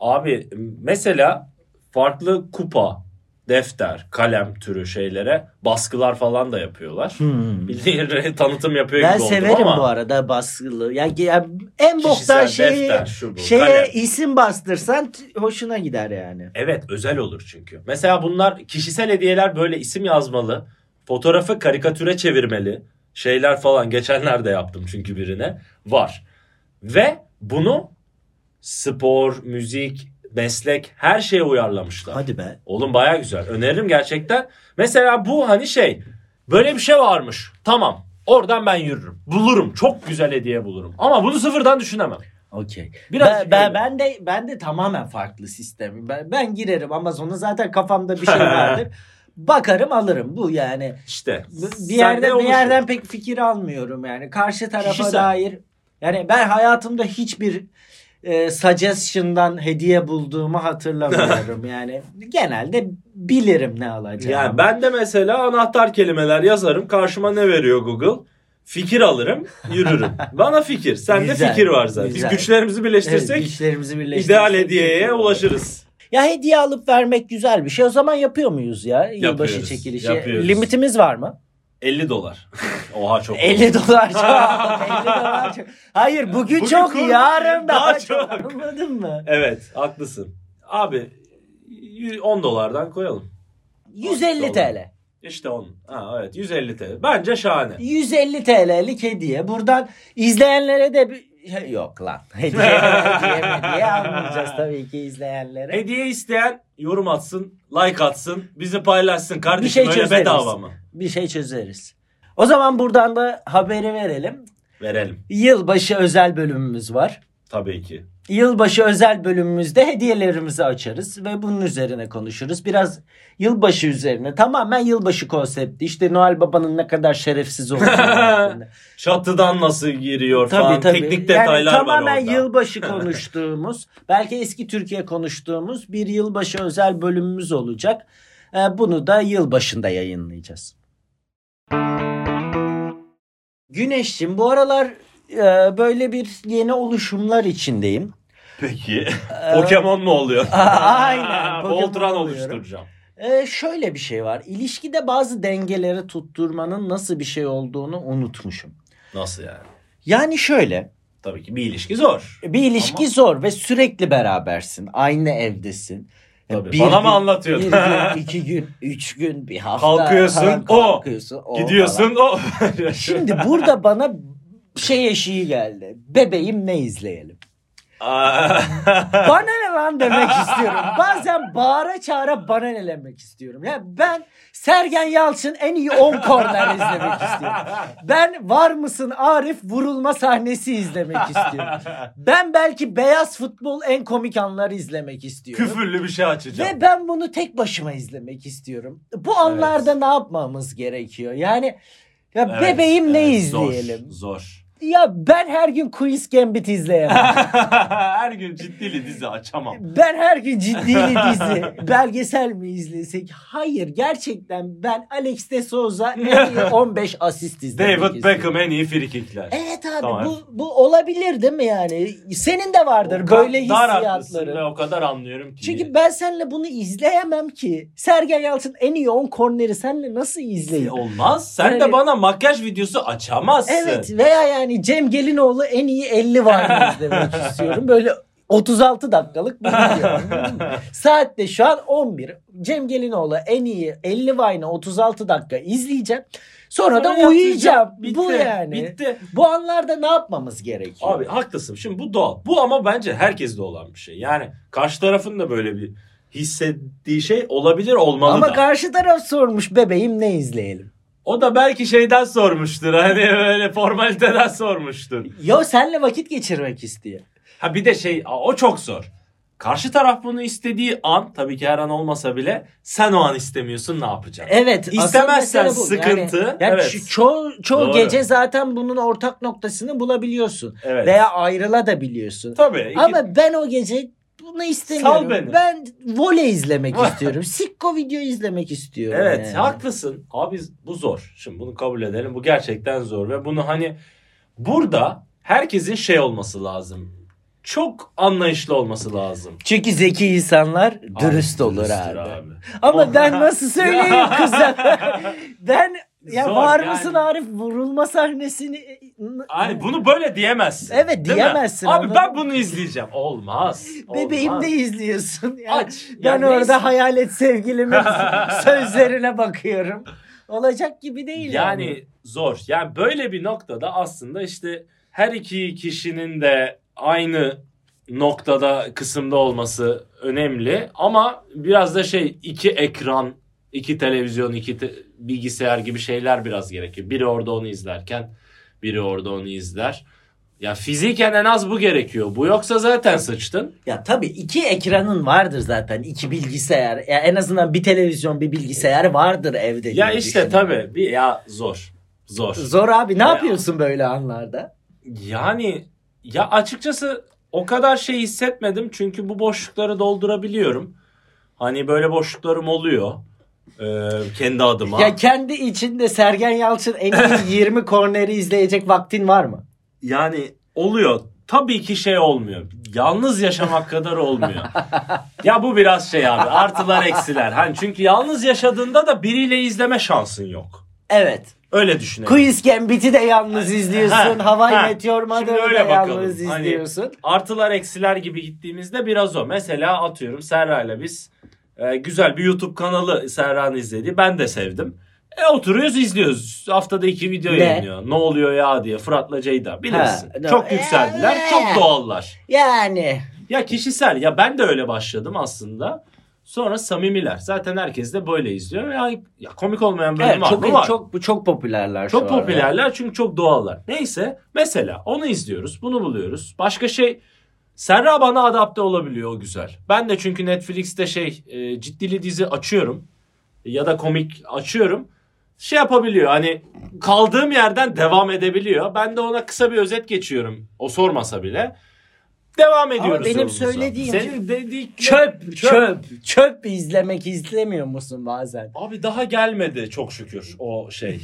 [SPEAKER 2] Abi mesela farklı kupa, defter, kalem türü şeylere baskılar falan da yapıyorlar.
[SPEAKER 3] Hmm.
[SPEAKER 2] Bildiğin tanıtım yapıyor
[SPEAKER 3] Ben
[SPEAKER 2] gibi oldum
[SPEAKER 3] severim
[SPEAKER 2] ama
[SPEAKER 3] bu arada baskılı. Ya, ya en boktan
[SPEAKER 2] kişisel
[SPEAKER 3] şeyi
[SPEAKER 2] defter, şu bu,
[SPEAKER 3] şeye
[SPEAKER 2] kalem.
[SPEAKER 3] isim bastırsan t- hoşuna gider yani.
[SPEAKER 2] Evet özel olur çünkü. Mesela bunlar kişisel hediyeler böyle isim yazmalı. Fotoğrafı karikatüre çevirmeli. Şeyler falan geçenlerde yaptım çünkü birine. Var. Ve bunu spor, müzik, meslek her şeye uyarlamışlar.
[SPEAKER 3] Hadi be.
[SPEAKER 2] Oğlum baya güzel. Öneririm gerçekten. Mesela bu hani şey böyle bir şey varmış. Tamam. Oradan ben yürürüm. Bulurum. Çok güzel hediye bulurum. Ama bunu sıfırdan düşünemem.
[SPEAKER 3] Okey.
[SPEAKER 2] Biraz
[SPEAKER 3] ben, ben,
[SPEAKER 2] öyle.
[SPEAKER 3] ben de ben de tamamen farklı sistemim. Ben, ben girerim Amazon'a zaten kafamda bir şey vardır. Bakarım alırım. Bu yani
[SPEAKER 2] İşte.
[SPEAKER 3] bir
[SPEAKER 2] sende
[SPEAKER 3] yerde bir
[SPEAKER 2] oluşur.
[SPEAKER 3] yerden pek fikir almıyorum yani. Karşı tarafa
[SPEAKER 2] Kişisel.
[SPEAKER 3] dair. Yani ben hayatımda hiçbir e, suggestion'dan hediye bulduğumu hatırlamıyorum yani. Genelde bilirim ne alacağımı.
[SPEAKER 2] Yani ben de mesela anahtar kelimeler yazarım. Karşıma ne veriyor Google? Fikir alırım, yürürüm. Bana fikir. Sende
[SPEAKER 3] Güzel,
[SPEAKER 2] fikir var zaten.
[SPEAKER 3] güzel.
[SPEAKER 2] Biz güçlerimizi
[SPEAKER 3] Evet,
[SPEAKER 2] birleştirsek
[SPEAKER 3] güçlerimizi birleştirsek
[SPEAKER 2] ideal hediyeye ulaşırız.
[SPEAKER 3] Ya hediye alıp vermek güzel bir şey. O zaman yapıyor muyuz ya yılbaşı
[SPEAKER 2] Yapıyoruz,
[SPEAKER 3] çekilişi?
[SPEAKER 2] yapıyoruz.
[SPEAKER 3] Limitimiz var mı?
[SPEAKER 2] 50 dolar. Oha çok.
[SPEAKER 3] 50 dolar çok. 50 dolar çok. Hayır bugün,
[SPEAKER 2] Bugün
[SPEAKER 3] çok
[SPEAKER 2] kur-
[SPEAKER 3] yarın daha,
[SPEAKER 2] daha
[SPEAKER 3] çok.
[SPEAKER 2] çok.
[SPEAKER 3] Anladın mı?
[SPEAKER 2] Evet, haklısın. Abi 10 dolardan koyalım.
[SPEAKER 3] 150 TL.
[SPEAKER 2] İşte 10. Ha evet 150 TL. Bence şahane.
[SPEAKER 3] 150 TL'lik hediye. Buradan izleyenlere de bir... Yok lan. Hediye, hediye, hediye almayacağız tabii ki izleyenlere.
[SPEAKER 2] Hediye isteyen yorum atsın, like atsın, bizi paylaşsın
[SPEAKER 3] Bir
[SPEAKER 2] kardeşim.
[SPEAKER 3] şey
[SPEAKER 2] Öyle
[SPEAKER 3] çözeriz.
[SPEAKER 2] bedava mı?
[SPEAKER 3] Bir şey çözeriz. O zaman buradan da haberi verelim.
[SPEAKER 2] Verelim.
[SPEAKER 3] Yılbaşı özel bölümümüz var.
[SPEAKER 2] Tabii ki.
[SPEAKER 3] Yılbaşı özel bölümümüzde hediyelerimizi açarız ve bunun üzerine konuşuruz. Biraz yılbaşı üzerine tamamen yılbaşı konsepti. İşte Noel Baba'nın ne kadar şerefsiz olduğunu. hakkında.
[SPEAKER 2] Çatıdan nasıl giriyor
[SPEAKER 3] tabii
[SPEAKER 2] falan
[SPEAKER 3] tabii.
[SPEAKER 2] teknik detaylar
[SPEAKER 3] yani,
[SPEAKER 2] var orada.
[SPEAKER 3] Tamamen yılbaşı konuştuğumuz belki eski Türkiye konuştuğumuz bir yılbaşı özel bölümümüz olacak. Ee, Bunu da yılbaşında yayınlayacağız. Güneş'cim bu aralar e, böyle bir yeni oluşumlar içindeyim.
[SPEAKER 2] Peki. Pokemon mu oluyor?
[SPEAKER 3] Ee, Aynen, Pokemon
[SPEAKER 2] Voltran
[SPEAKER 3] oluyorum.
[SPEAKER 2] oluşturacağım.
[SPEAKER 3] Ee, şöyle bir şey var. İlişkide bazı dengeleri tutturmanın nasıl bir şey olduğunu unutmuşum.
[SPEAKER 2] Nasıl yani?
[SPEAKER 3] Yani şöyle
[SPEAKER 2] Tabii ki bir ilişki zor.
[SPEAKER 3] bir ilişki
[SPEAKER 2] Ama-
[SPEAKER 3] zor ve sürekli berabersin. Aynı evdesin. E,
[SPEAKER 2] Tabii. Bana mı anlatıyorsun?
[SPEAKER 3] Bir gün, iki gün, üç gün, bir hafta.
[SPEAKER 2] Kalkıyorsun,
[SPEAKER 3] falan
[SPEAKER 2] o.
[SPEAKER 3] kalkıyorsun, o falan.
[SPEAKER 2] Gidiyorsun o.
[SPEAKER 3] Şimdi burada bana şey eşiği geldi. Bebeğim ne izleyelim?
[SPEAKER 2] Aa.
[SPEAKER 3] Bana ne lan demek istiyorum. Bazen bağıra çağıra bana ne demek istiyorum. Ya ben Sergen Yalçın en iyi 10 korner izlemek istiyorum. Ben Var mısın Arif vurulma sahnesi izlemek istiyorum. Ben belki beyaz futbol en komik anları izlemek istiyorum.
[SPEAKER 2] Küfürlü bir şey açacağım.
[SPEAKER 3] Ve ben bunu tek başıma izlemek istiyorum. Bu anlarda ne yapmamız gerekiyor? Yani ya
[SPEAKER 2] Evet,
[SPEAKER 3] bebeğim ne
[SPEAKER 2] evet,
[SPEAKER 3] izleyelim?
[SPEAKER 2] Zor.
[SPEAKER 3] Ya ben her gün Quiz Gambit izleyemem.
[SPEAKER 2] zor. Her gün ciddili dizi açamam.
[SPEAKER 3] Ben her gün ciddili dizi, belgesel mi izlesek? Hayır, gerçekten ben Alex de Souza en iyi 15 asist izlemek
[SPEAKER 2] David
[SPEAKER 3] istiyorum.
[SPEAKER 2] Beckham en iyi frikikler.
[SPEAKER 3] Evet abi
[SPEAKER 2] Tamam.
[SPEAKER 3] bu, bu olabilir değil mi yani? Senin de vardır
[SPEAKER 2] O
[SPEAKER 3] böyle
[SPEAKER 2] kadar haklısın ve
[SPEAKER 3] hissiyatları.
[SPEAKER 2] O kadar anlıyorum ki.
[SPEAKER 3] Çünkü ben seninle bunu izleyemem ki. Sergen Yalçın en iyi 10 korneri senle nasıl izleyeyim?
[SPEAKER 2] Olmaz. Sen
[SPEAKER 3] Yani-
[SPEAKER 2] de bana makyaj videosu açamazsın.
[SPEAKER 3] Evet veya yani Cem Gelinoğlu en iyi 50 var izlemek istiyorum. Böyle 36 dakikalık bir video. anladın mı? Saat de şu an 11. Cem Gelinoğlu en iyi 50 Vine'ı 36 dakika izleyeceğim. Sonra, da
[SPEAKER 2] yatacağım.
[SPEAKER 3] uyuyacağım. Bu
[SPEAKER 2] Bitti,
[SPEAKER 3] yani.
[SPEAKER 2] Bitti.
[SPEAKER 3] Bu anlarda ne yapmamız gerekiyor?
[SPEAKER 2] Abi haklısın. Şimdi bu doğal. Bu ama bence herkeste olan bir şey. Yani karşı tarafın da böyle bir hissettiği şey olabilir olmalı
[SPEAKER 3] Ama
[SPEAKER 2] da.
[SPEAKER 3] karşı taraf sormuş bebeğim ne izleyelim?
[SPEAKER 2] o da belki şeyden sormuştur. Hani böyle formaliteden sormuştur.
[SPEAKER 3] Yo senle vakit geçirmek istiyor.
[SPEAKER 2] Ha bir de şey a- o çok zor. Karşı taraf bunu istediği an tabii ki her an olmasa bile sen o an istemiyorsun ne yapacaksın?
[SPEAKER 3] Evet. asıl
[SPEAKER 2] İstemezsen
[SPEAKER 3] mesele bu.
[SPEAKER 2] sıkıntı,
[SPEAKER 3] Yani, yani
[SPEAKER 2] evet.
[SPEAKER 3] ço- çoğu, çoğu
[SPEAKER 2] Doğru.
[SPEAKER 3] gece zaten bunun ortak noktasını bulabiliyorsun.
[SPEAKER 2] Evet.
[SPEAKER 3] Veya ayrıla da biliyorsun.
[SPEAKER 2] Tabii. iki-
[SPEAKER 3] Ama ben o gece bunu istemiyorum.
[SPEAKER 2] Sal beni.
[SPEAKER 3] Ben voley izlemek istiyorum. Sikko video izlemek istiyorum.
[SPEAKER 2] Evet
[SPEAKER 3] yani.
[SPEAKER 2] haklısın. Abi bu zor. Şimdi bunu kabul edelim. Bu gerçekten zor ve bunu hani burada herkesin şey olması lazım. Çok anlayışlı olması lazım.
[SPEAKER 3] Çünkü zeki insanlar dürüst olur
[SPEAKER 2] dürüsttür
[SPEAKER 3] abi. Ama ben nasıl söyleyeyim kıza? ben ya
[SPEAKER 2] Zor
[SPEAKER 3] var
[SPEAKER 2] yani.
[SPEAKER 3] mısın Arif vurulma sahnesini
[SPEAKER 2] Ay, bunu böyle diyemezsin.
[SPEAKER 3] Evet,
[SPEAKER 2] değil mi?
[SPEAKER 3] diyemezsin,
[SPEAKER 2] Abi
[SPEAKER 3] anladın
[SPEAKER 2] ben
[SPEAKER 3] mı?
[SPEAKER 2] bunu izleyeceğim. Olmaz.
[SPEAKER 3] bebeğim
[SPEAKER 2] olmaz.
[SPEAKER 3] de izliyorsun. Yani
[SPEAKER 2] Aç. Ya
[SPEAKER 3] Ben orada
[SPEAKER 2] neyse.
[SPEAKER 3] hayalet sevgilimin sözlerine bakıyorum. Olacak gibi değil yani.
[SPEAKER 2] Yani zor. Yani böyle bir noktada aslında işte her iki kişinin de aynı noktada kısımda olması önemli ama biraz da şey iki ekran, iki televizyon, iki te- bilgisayar gibi şeyler biraz gerekiyor. Biri orada onu izlerken biri orada onu izler. Ya fiziken en az bu gerekiyor. Bu yoksa zaten sıçtın.
[SPEAKER 3] Ya tabii iki ekranın vardır zaten. iki bilgisayar. Ya en azından bir televizyon bir bilgisayar vardır evde.
[SPEAKER 2] Ya
[SPEAKER 3] diye
[SPEAKER 2] işte
[SPEAKER 3] düşünüyorum.
[SPEAKER 2] tabii bir ya zor. Zor.
[SPEAKER 3] Zor abi ne
[SPEAKER 2] Ya.
[SPEAKER 3] yapıyorsun böyle anlarda?
[SPEAKER 2] Yani ya açıkçası o kadar şey hissetmedim çünkü bu boşlukları doldurabiliyorum. Hani böyle boşluklarım oluyor. Ee, kendi adıma.
[SPEAKER 3] Ya kendi içinde Sergen Yalçın en iyi 20 korneri izleyecek vaktin var mı?
[SPEAKER 2] Yani oluyor. Tabii ki şey olmuyor. Yalnız yaşamak kadar olmuyor. ya bu biraz şey abi. Artılar eksiler. Hani çünkü yalnız yaşadığında da biriyle izleme şansın yok.
[SPEAKER 3] Evet.
[SPEAKER 2] Öyle düşünelim.
[SPEAKER 3] Quiz Gambit'i de yalnız izliyorsun.
[SPEAKER 2] ha,
[SPEAKER 3] Hawaii
[SPEAKER 2] ha.
[SPEAKER 3] Meteor
[SPEAKER 2] Şimdi
[SPEAKER 3] Mother'ı da
[SPEAKER 2] öyle bakalım.
[SPEAKER 3] yalnız
[SPEAKER 2] Hani-
[SPEAKER 3] izliyorsun.
[SPEAKER 2] artılar eksiler gibi gittiğimizde biraz o. Mesela atıyorum Serra'yla biz e, güzel bir YouTube kanalı Serra'nın izlediği. Ben de sevdim. E oturuyoruz izliyoruz. Haftada iki video
[SPEAKER 3] Ne?
[SPEAKER 2] yayınlıyor. Ne oluyor ya diye Fırat'la Ceyda bilirsin.
[SPEAKER 3] Ha,
[SPEAKER 2] çok
[SPEAKER 3] e,
[SPEAKER 2] yükseldiler.
[SPEAKER 3] e.
[SPEAKER 2] Çok doğallar.
[SPEAKER 3] Yani
[SPEAKER 2] Ya kişisel ya ben de öyle başladım aslında. Sonra samimiler. Zaten herkes de böyle izliyor. Ya, ya komik olmayan bölüm
[SPEAKER 3] evet,
[SPEAKER 2] var mı?
[SPEAKER 3] çok,
[SPEAKER 2] Var.
[SPEAKER 3] çok çok popülerler şu
[SPEAKER 2] Çok
[SPEAKER 3] ara.
[SPEAKER 2] popülerler çünkü çok doğallar. Neyse mesela onu izliyoruz, bunu buluyoruz. Başka şey Serra bana adapte olabiliyor o güzel. Ben de çünkü Netflix'te şey e, ciddili dizi açıyorum ya da komik açıyorum. Şey yapabiliyor hani kaldığım yerden devam edebiliyor. Ben de ona kısa bir özet geçiyorum. O sormasa bile. Devam ediyoruz.
[SPEAKER 3] benim
[SPEAKER 2] yolumuza.
[SPEAKER 3] söylediğim- şey-
[SPEAKER 2] Senin dediğin
[SPEAKER 3] Çöp, çöp, çöp izlemek izlemiyor musun bazen?
[SPEAKER 2] Abi daha gelmedi çok şükür o şey.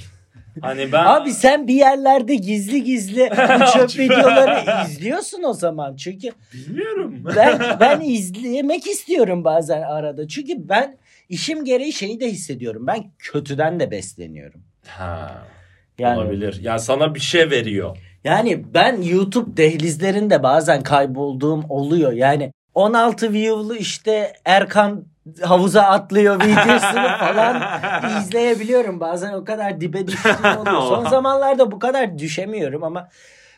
[SPEAKER 2] Hani ben
[SPEAKER 3] Abi sen bir yerlerde gizli gizli bu çöp videoları izliyorsun o zaman. Çünkü
[SPEAKER 2] bilmiyorum.
[SPEAKER 3] ben ben izlemek istiyorum bazen arada. Çünkü ben işim gereği şeyi de hissediyorum. Ben kötüden de besleniyorum.
[SPEAKER 2] Ha.
[SPEAKER 3] Yani
[SPEAKER 2] Olabilir. Ya sana bir şey veriyor.
[SPEAKER 3] yani ben YouTube dehlizlerinde bazen kaybolduğum oluyor. Yani 16 view'lu işte Erkan havuza atlıyor videosunu falan izleyebiliyorum. Bazen o kadar dibe düştüğüm oluyor. Son zamanlarda bu kadar düşemiyorum ama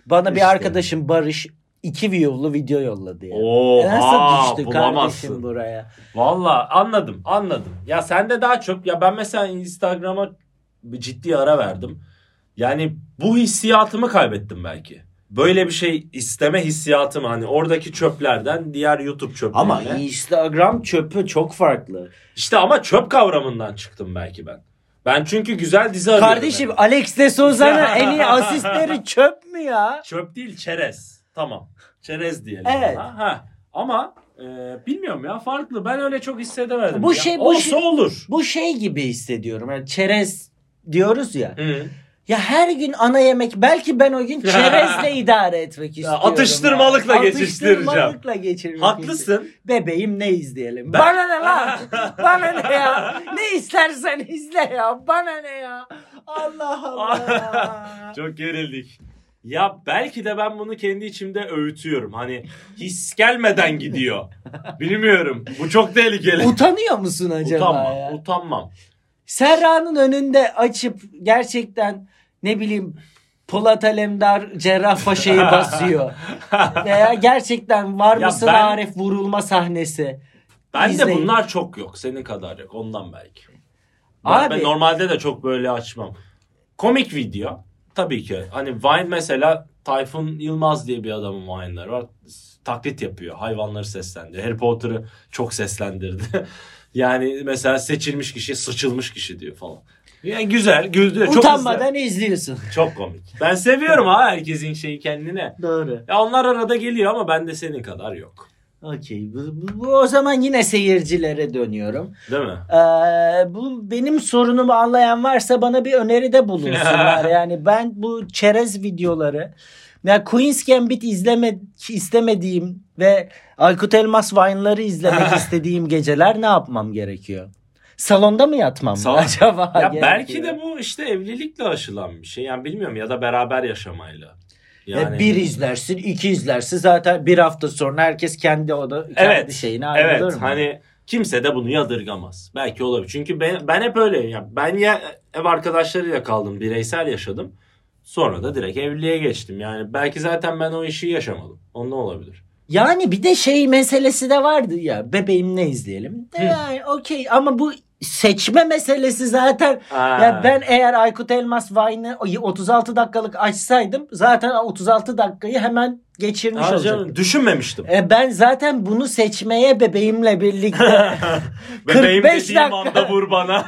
[SPEAKER 3] bana
[SPEAKER 2] İşte.
[SPEAKER 3] bir arkadaşım Barış 2 view'lu video yolladı ya. E,
[SPEAKER 2] Oha,
[SPEAKER 3] Nasıl düştü kardeşim
[SPEAKER 2] bulamazsın.
[SPEAKER 3] buraya?
[SPEAKER 2] Valla anladım anladım. Ya sende daha çok ya ben mesela Instagram'a bir ciddi ara verdim. Yani bu hissiyatımı kaybettim belki. Böyle bir şey isteme hissiyatım hani oradaki çöplerden diğer YouTube
[SPEAKER 3] Ama
[SPEAKER 2] çöplerine.
[SPEAKER 3] Instagram çöpü çok farklı.
[SPEAKER 2] İşte ama çöp kavramından çıktım belki ben. Ben çünkü güzel dizi arıyorum.
[SPEAKER 3] Kardeşim
[SPEAKER 2] yani.
[SPEAKER 3] Alex de Souza'nın en iyi asistleri çöp mü ya?
[SPEAKER 2] Çöp değil çerez. Tamam. Çerez diyelim.
[SPEAKER 3] Evet.
[SPEAKER 2] ona. Ha. Ama e, bilmiyorum ya farklı. Ben öyle çok hissedemedim.
[SPEAKER 3] Bu
[SPEAKER 2] Ya
[SPEAKER 3] şey- bu
[SPEAKER 2] Olsa
[SPEAKER 3] şey-
[SPEAKER 2] olur.
[SPEAKER 3] Bu şey gibi hissediyorum. Yani çerez diyoruz ya.
[SPEAKER 2] Hı.
[SPEAKER 3] Ya her gün ana yemek belki ben o gün çerezle idare etmek istiyorum.
[SPEAKER 2] atıştırmalıkla geçiştireceğim.
[SPEAKER 3] Atıştırmalıkla geçirmek istiyorum.
[SPEAKER 2] Haklısın.
[SPEAKER 3] Bebeğim ne izleyelim?
[SPEAKER 2] Ben-
[SPEAKER 3] Bana ne lan? Bana ne ya? Ne istersen izle ya. Bana ne ya? Allah Allah.
[SPEAKER 2] Çok gerildik. Ya belki de ben bunu kendi içimde öğütüyorum. Hani his gelmeden gidiyor. Bilmiyorum. Bu çok tehlikeli.
[SPEAKER 3] Utanıyor musun acaba
[SPEAKER 2] utanmam.
[SPEAKER 3] ya?
[SPEAKER 2] Utanmam.
[SPEAKER 3] Serra'nın önünde açıp gerçekten ne bileyim Polat Alemdar Cerrahpaşa'yı basıyor. Veya gerçekten var
[SPEAKER 2] Ya
[SPEAKER 3] mısın
[SPEAKER 2] ben-
[SPEAKER 3] Arif vurulma sahnesi.
[SPEAKER 2] Ben de
[SPEAKER 3] İzleyin.
[SPEAKER 2] bunlar çok yok. Senin kadar yok. Ondan belki. Ben,
[SPEAKER 3] Abi-
[SPEAKER 2] ben normalde de çok böyle açmam. Komik video. Tabii ki. Hani Vine mesela Tayfun Yılmaz diye bir adamın Vine'ları var. Taklit yapıyor. Hayvanları seslendiriyor. Harry Potter'ı çok seslendirdi. yani mesela seçilmiş kişi sıçılmış kişi diyor falan. Yani güzel, güldü. Çok,
[SPEAKER 3] Utanmadan izliyorsun.
[SPEAKER 2] güzel. çok komik. Ben seviyorum ha herkesin şeyi kendine.
[SPEAKER 3] Doğru.
[SPEAKER 2] Ya onlar arada geliyor ama bende senin kadar yok.
[SPEAKER 3] Okey. Bu, bu- bu o zaman yine seyircilere dönüyorum.
[SPEAKER 2] Değil mi?
[SPEAKER 3] Ee, bu benim sorunumu anlayan varsa bana bir öneride bulunsunlar. yani ben bu çerez videoları yani Queen's Gambit izleme, istemediğim ve Aykut Elmas Vine'ları izlemek istediğim geceler ne yapmam gerekiyor? Salonda mı yatmam
[SPEAKER 2] Salon-
[SPEAKER 3] acaba?
[SPEAKER 2] Ya
[SPEAKER 3] gerekiyor?
[SPEAKER 2] belki de bu işte evlilikle aşılan bir şey. Yani bilmiyorum ya da beraber yaşamayla. hani-
[SPEAKER 3] Ve E, bir izlersin, iki izlersin. Zaten bir hafta sonra herkes kendi oda, kendi
[SPEAKER 2] evet,
[SPEAKER 3] şeyine ayrılır
[SPEAKER 2] evet.
[SPEAKER 3] mı?
[SPEAKER 2] Hani kimse de bunu yadırgamaz. Belki olabilir. Çünkü ben, ben hep öyle. Ya ben ya ev arkadaşlarıyla kaldım, bireysel yaşadım. Sonra da direkt evliliğe geçtim. Yani belki zaten ben o işi yaşamadım. Ondan olabilir.
[SPEAKER 3] Yani bir de şey meselesi de vardı ya bebeğim ne izleyelim. De
[SPEAKER 2] Hı.
[SPEAKER 3] yani okey ama bu seçme meselesi zaten ya
[SPEAKER 2] Aa,
[SPEAKER 3] ben eğer Aykut Elmas Vine'ı 36 dakikalık açsaydım zaten 36 dakikayı hemen geçirmiş
[SPEAKER 2] Aa, canım,
[SPEAKER 3] olacaktım.
[SPEAKER 2] düşünmemiştim.
[SPEAKER 3] E ben zaten bunu seçmeye bebeğimle birlikte
[SPEAKER 2] Bebeğim
[SPEAKER 3] 45
[SPEAKER 2] dediğim
[SPEAKER 3] dakika.
[SPEAKER 2] anda vur bana.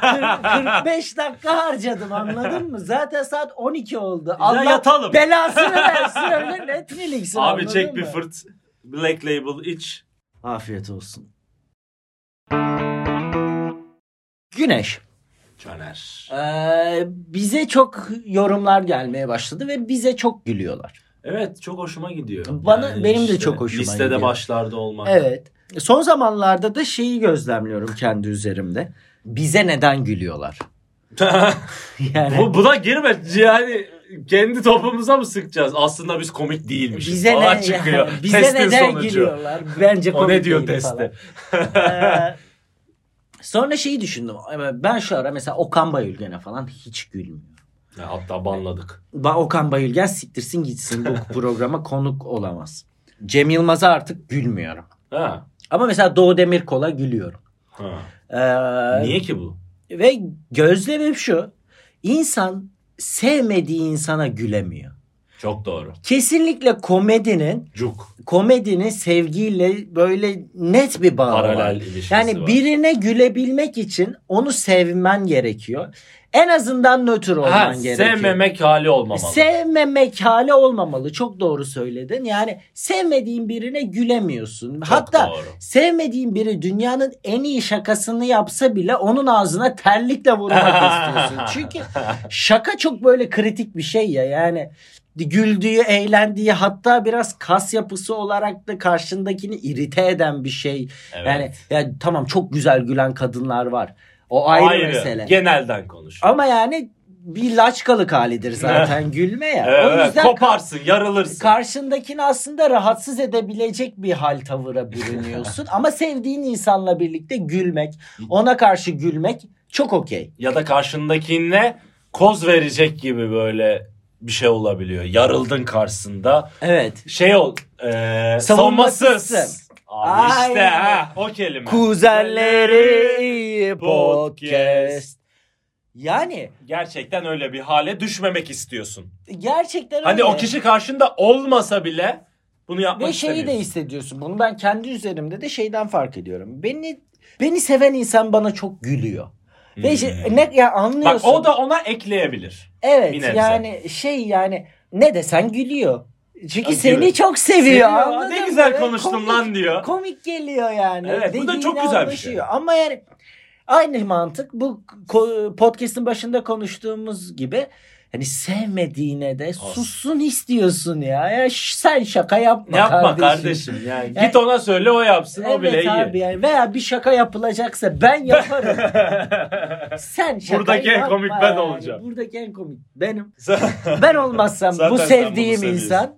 [SPEAKER 3] 45 dakika harcadım anladın mı? Zaten saat 12 oldu.
[SPEAKER 2] yatalım.
[SPEAKER 3] belasını versin öyle Netflix'in
[SPEAKER 2] Abi
[SPEAKER 3] anladın
[SPEAKER 2] çek bir
[SPEAKER 3] mı?
[SPEAKER 2] fırt. Black Label iç.
[SPEAKER 3] Afiyet olsun. Güneş.
[SPEAKER 2] Caner.
[SPEAKER 3] Ee, bize çok yorumlar gelmeye başladı ve bize çok gülüyorlar.
[SPEAKER 2] Evet çok hoşuma gidiyor.
[SPEAKER 3] Bana- benim de çok hoşuma
[SPEAKER 2] listede
[SPEAKER 3] gidiyor.
[SPEAKER 2] başlarda olmak.
[SPEAKER 3] Evet. Son zamanlarda da şeyi gözlemliyorum kendi üzerimde. Bize neden gülüyorlar? Yani
[SPEAKER 2] bu, buna girme. Yani kendi topumuza mı sıkacağız? Aslında biz komik değilmişiz.
[SPEAKER 3] bize
[SPEAKER 2] falan
[SPEAKER 3] ne
[SPEAKER 2] çıkıyor.
[SPEAKER 3] yani bize
[SPEAKER 2] Testin
[SPEAKER 3] neden
[SPEAKER 2] sonucu.
[SPEAKER 3] gülüyorlar? Bence
[SPEAKER 2] O ne
[SPEAKER 3] komik
[SPEAKER 2] diyor
[SPEAKER 3] değil
[SPEAKER 2] teste?
[SPEAKER 3] falan. Ee, sonra şeyi düşündüm. E, Ben şu ara mesela Okan Bayülgen'e falan hiç gülmüyorum.
[SPEAKER 2] Ya, hatta banladık.
[SPEAKER 3] Ba- Okan Bayülgen siktirsin gitsin bu programa konuk olamaz. Cem Yılmaz'a artık gülmüyorum.
[SPEAKER 2] Ha.
[SPEAKER 3] Ama mesela Doğu Demirkol'a gülüyorum.
[SPEAKER 2] ha.
[SPEAKER 3] Ee,
[SPEAKER 2] Niye ki bu?
[SPEAKER 3] Ve gözlemim şu. İnsan sevmediği insana gülemiyor.
[SPEAKER 2] Çok doğru.
[SPEAKER 3] Kesinlikle komedinin
[SPEAKER 2] Cuk.
[SPEAKER 3] komedinin sevgiyle böyle net bir bağı var.
[SPEAKER 2] Paralel ilişkisi
[SPEAKER 3] Yani
[SPEAKER 2] var.
[SPEAKER 3] birine gülebilmek için onu sevmen gerekiyor. En azından nötr olman
[SPEAKER 2] Ha,
[SPEAKER 3] gerekiyor.
[SPEAKER 2] sevmemek hali olmamalı.
[SPEAKER 3] Sevmemek hali olmamalı. Çok doğru söyledin. Yani sevmediğin birine gülemiyorsun. Hatta
[SPEAKER 2] doğru.
[SPEAKER 3] sevmediğin biri dünyanın en iyi şakasını yapsa bile onun ağzına terlikle vurmak istiyorsun. Çünkü şaka çok böyle kritik bir şey ya. Yani güldüğü, eğlendiği hatta biraz kas yapısı olarak da karşındakini irite eden bir şey.
[SPEAKER 2] Evet.
[SPEAKER 3] Yani, yani tamam çok güzel gülen kadınlar var. O ayrı, mesele.
[SPEAKER 2] Genelden konuş.
[SPEAKER 3] Ama yani bir laçkalık halidir zaten gülme ya. o
[SPEAKER 2] Evet,
[SPEAKER 3] yüzden
[SPEAKER 2] koparsın, yarılırsın.
[SPEAKER 3] karşındakini aslında rahatsız edebilecek bir hal tavıra bürünüyorsun. Ama sevdiğin insanla birlikte gülmek, ona karşı gülmek çok okey.
[SPEAKER 2] ya da karşındakine koz verecek gibi böyle bir şey olabiliyor. Yarıldın karşısında.
[SPEAKER 3] Evet.
[SPEAKER 2] Şey ol. eee
[SPEAKER 3] Savunmasız.
[SPEAKER 2] savunmasız. Abi
[SPEAKER 3] Aynen.
[SPEAKER 2] işte ha o kelime.
[SPEAKER 3] Kuzenleri iyi podcast. Yani
[SPEAKER 2] Gerçekten öyle bir hale düşmemek istiyorsun.
[SPEAKER 3] gerçekten öyle.
[SPEAKER 2] Hani o kişi karşında olmasa bile bunu yapmak
[SPEAKER 3] Ve şeyi de
[SPEAKER 2] istemiyorsun.
[SPEAKER 3] hissediyorsun. Bunu ben kendi üzerimde de şeyden fark ediyorum. Beni beni seven insan bana çok gülüyor. Ve şey- ne ya
[SPEAKER 2] Hmm. Bak
[SPEAKER 3] anlıyorsun.
[SPEAKER 2] o da ona ekleyebilir. Bir
[SPEAKER 3] Evet
[SPEAKER 2] nebze.
[SPEAKER 3] yani şey yani ne desen gülüyor. Çünkü
[SPEAKER 2] Ya,
[SPEAKER 3] seni
[SPEAKER 2] E, gülüyor.
[SPEAKER 3] çok seviyor.
[SPEAKER 2] Seviyor,
[SPEAKER 3] anladın
[SPEAKER 2] ne
[SPEAKER 3] mı?
[SPEAKER 2] güzel
[SPEAKER 3] Ve
[SPEAKER 2] konuştum
[SPEAKER 3] komik-
[SPEAKER 2] lan diyor.
[SPEAKER 3] Komik geliyor yani.
[SPEAKER 2] Evet, bu da
[SPEAKER 3] Dediğine
[SPEAKER 2] çok güzel bir
[SPEAKER 3] anlaşıyor.
[SPEAKER 2] şey.
[SPEAKER 3] Ama yani aynı mantık bu ko- podcast'ın başında konuştuğumuz gibi hani sevmediğine de sussun istiyorsun ya. ya ş- sen şaka yapma,
[SPEAKER 2] Ne yapma
[SPEAKER 3] kardeşim.
[SPEAKER 2] kardeşim, yani.
[SPEAKER 3] Yani-
[SPEAKER 2] Git ona söyle o yapsın o bile
[SPEAKER 3] Evet
[SPEAKER 2] iyi.
[SPEAKER 3] abi yani veya bir şaka yapılacaksa ben yaparım. Sen şakayı
[SPEAKER 2] Buradaki en
[SPEAKER 3] yapma
[SPEAKER 2] komik ben
[SPEAKER 3] yani.
[SPEAKER 2] olacağım.
[SPEAKER 3] Buradaki en komik benim.
[SPEAKER 2] Sen-
[SPEAKER 3] Ben olmazsam
[SPEAKER 2] Zaten
[SPEAKER 3] bu
[SPEAKER 2] sen
[SPEAKER 3] sevdiğim
[SPEAKER 2] bunu
[SPEAKER 3] insan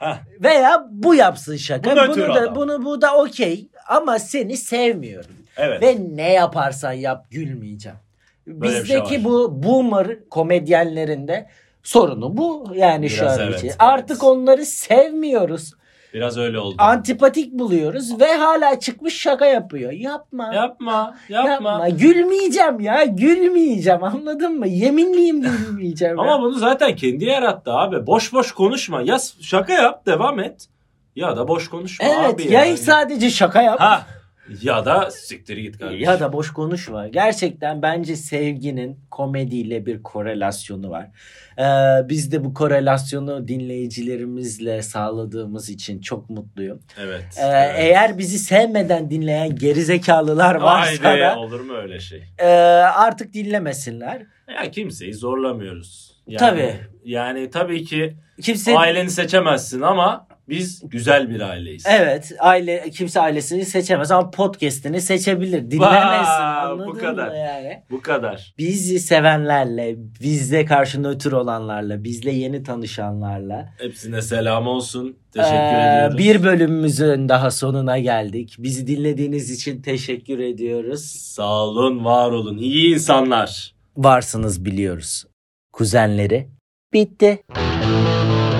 [SPEAKER 2] Heh.
[SPEAKER 3] veya bu yapsın şaka.
[SPEAKER 2] Bu
[SPEAKER 3] Bunu,
[SPEAKER 2] nötr
[SPEAKER 3] da
[SPEAKER 2] adam.
[SPEAKER 3] bunu bu da okey ama seni sevmiyorum.
[SPEAKER 2] evet.
[SPEAKER 3] Ve ne yaparsan yap gülmeyeceğim.
[SPEAKER 2] Böyle bir şey var.
[SPEAKER 3] Bizdeki bu boomer komedyenlerinde sorunu bu yani şu
[SPEAKER 2] Biraz
[SPEAKER 3] an
[SPEAKER 2] evet,
[SPEAKER 3] için.
[SPEAKER 2] evet.
[SPEAKER 3] Artık onları sevmiyoruz.
[SPEAKER 2] Biraz öyle oldu.
[SPEAKER 3] Antipatik buluyoruz ve hala çıkmış şaka yapıyor. Yapma.
[SPEAKER 2] yapma, yapma.
[SPEAKER 3] Gülmeyeceğim ya. Gülmeyeceğim. Anladın mı? Yeminliyim gülmeyeceğim. ya.
[SPEAKER 2] Ama bunu zaten kendi yarattı abi. Boş boş konuşma. Ya s- şaka yap, devam et. Ya da boş konuşma
[SPEAKER 3] evet.
[SPEAKER 2] abi.
[SPEAKER 3] ya
[SPEAKER 2] yani.
[SPEAKER 3] sadece şaka yap.
[SPEAKER 2] Ha. Ya da siktir git kardeşim.
[SPEAKER 3] Ya da boş konuşma. Gerçekten bence sevginin komediyle bir korelasyonu var. Ee, biz de bu korelasyonu dinleyicilerimizle sağladığımız için çok mutluyum.
[SPEAKER 2] Evet.
[SPEAKER 3] Ee,
[SPEAKER 2] evet.
[SPEAKER 3] Eğer bizi sevmeden dinleyen gerizekalılar varsa
[SPEAKER 2] Haydi,
[SPEAKER 3] da
[SPEAKER 2] olur mu öyle şey?
[SPEAKER 3] e, artık dinlemesinler.
[SPEAKER 2] Ya kimseyi zorlamıyoruz. Yani,
[SPEAKER 3] Tabii.
[SPEAKER 2] Yani tabii ki
[SPEAKER 3] Kimse
[SPEAKER 2] aileni seçemezsin ama biz güzel bir aileyiz.
[SPEAKER 3] Evet aile kimse ailesini seçemez ama podcast'ini seçebilir. Dinlemesin
[SPEAKER 2] Vaa, bu
[SPEAKER 3] anladın bu
[SPEAKER 2] kadar.
[SPEAKER 3] kadar. mı yani?
[SPEAKER 2] Bu kadar.
[SPEAKER 3] Bizi sevenlerle, bizle karşı nötr olanlarla, bizle yeni tanışanlarla
[SPEAKER 2] Hepsine selam olsun. Teşekkür
[SPEAKER 3] Ee,
[SPEAKER 2] ediyoruz.
[SPEAKER 3] Bir bölümümüzün daha sonuna geldik. Bizi dinlediğiniz için teşekkür ediyoruz.
[SPEAKER 2] Sağ olun, var olun. İyi insanlar.
[SPEAKER 3] Varsınız biliyoruz. Kuzenleri bitti.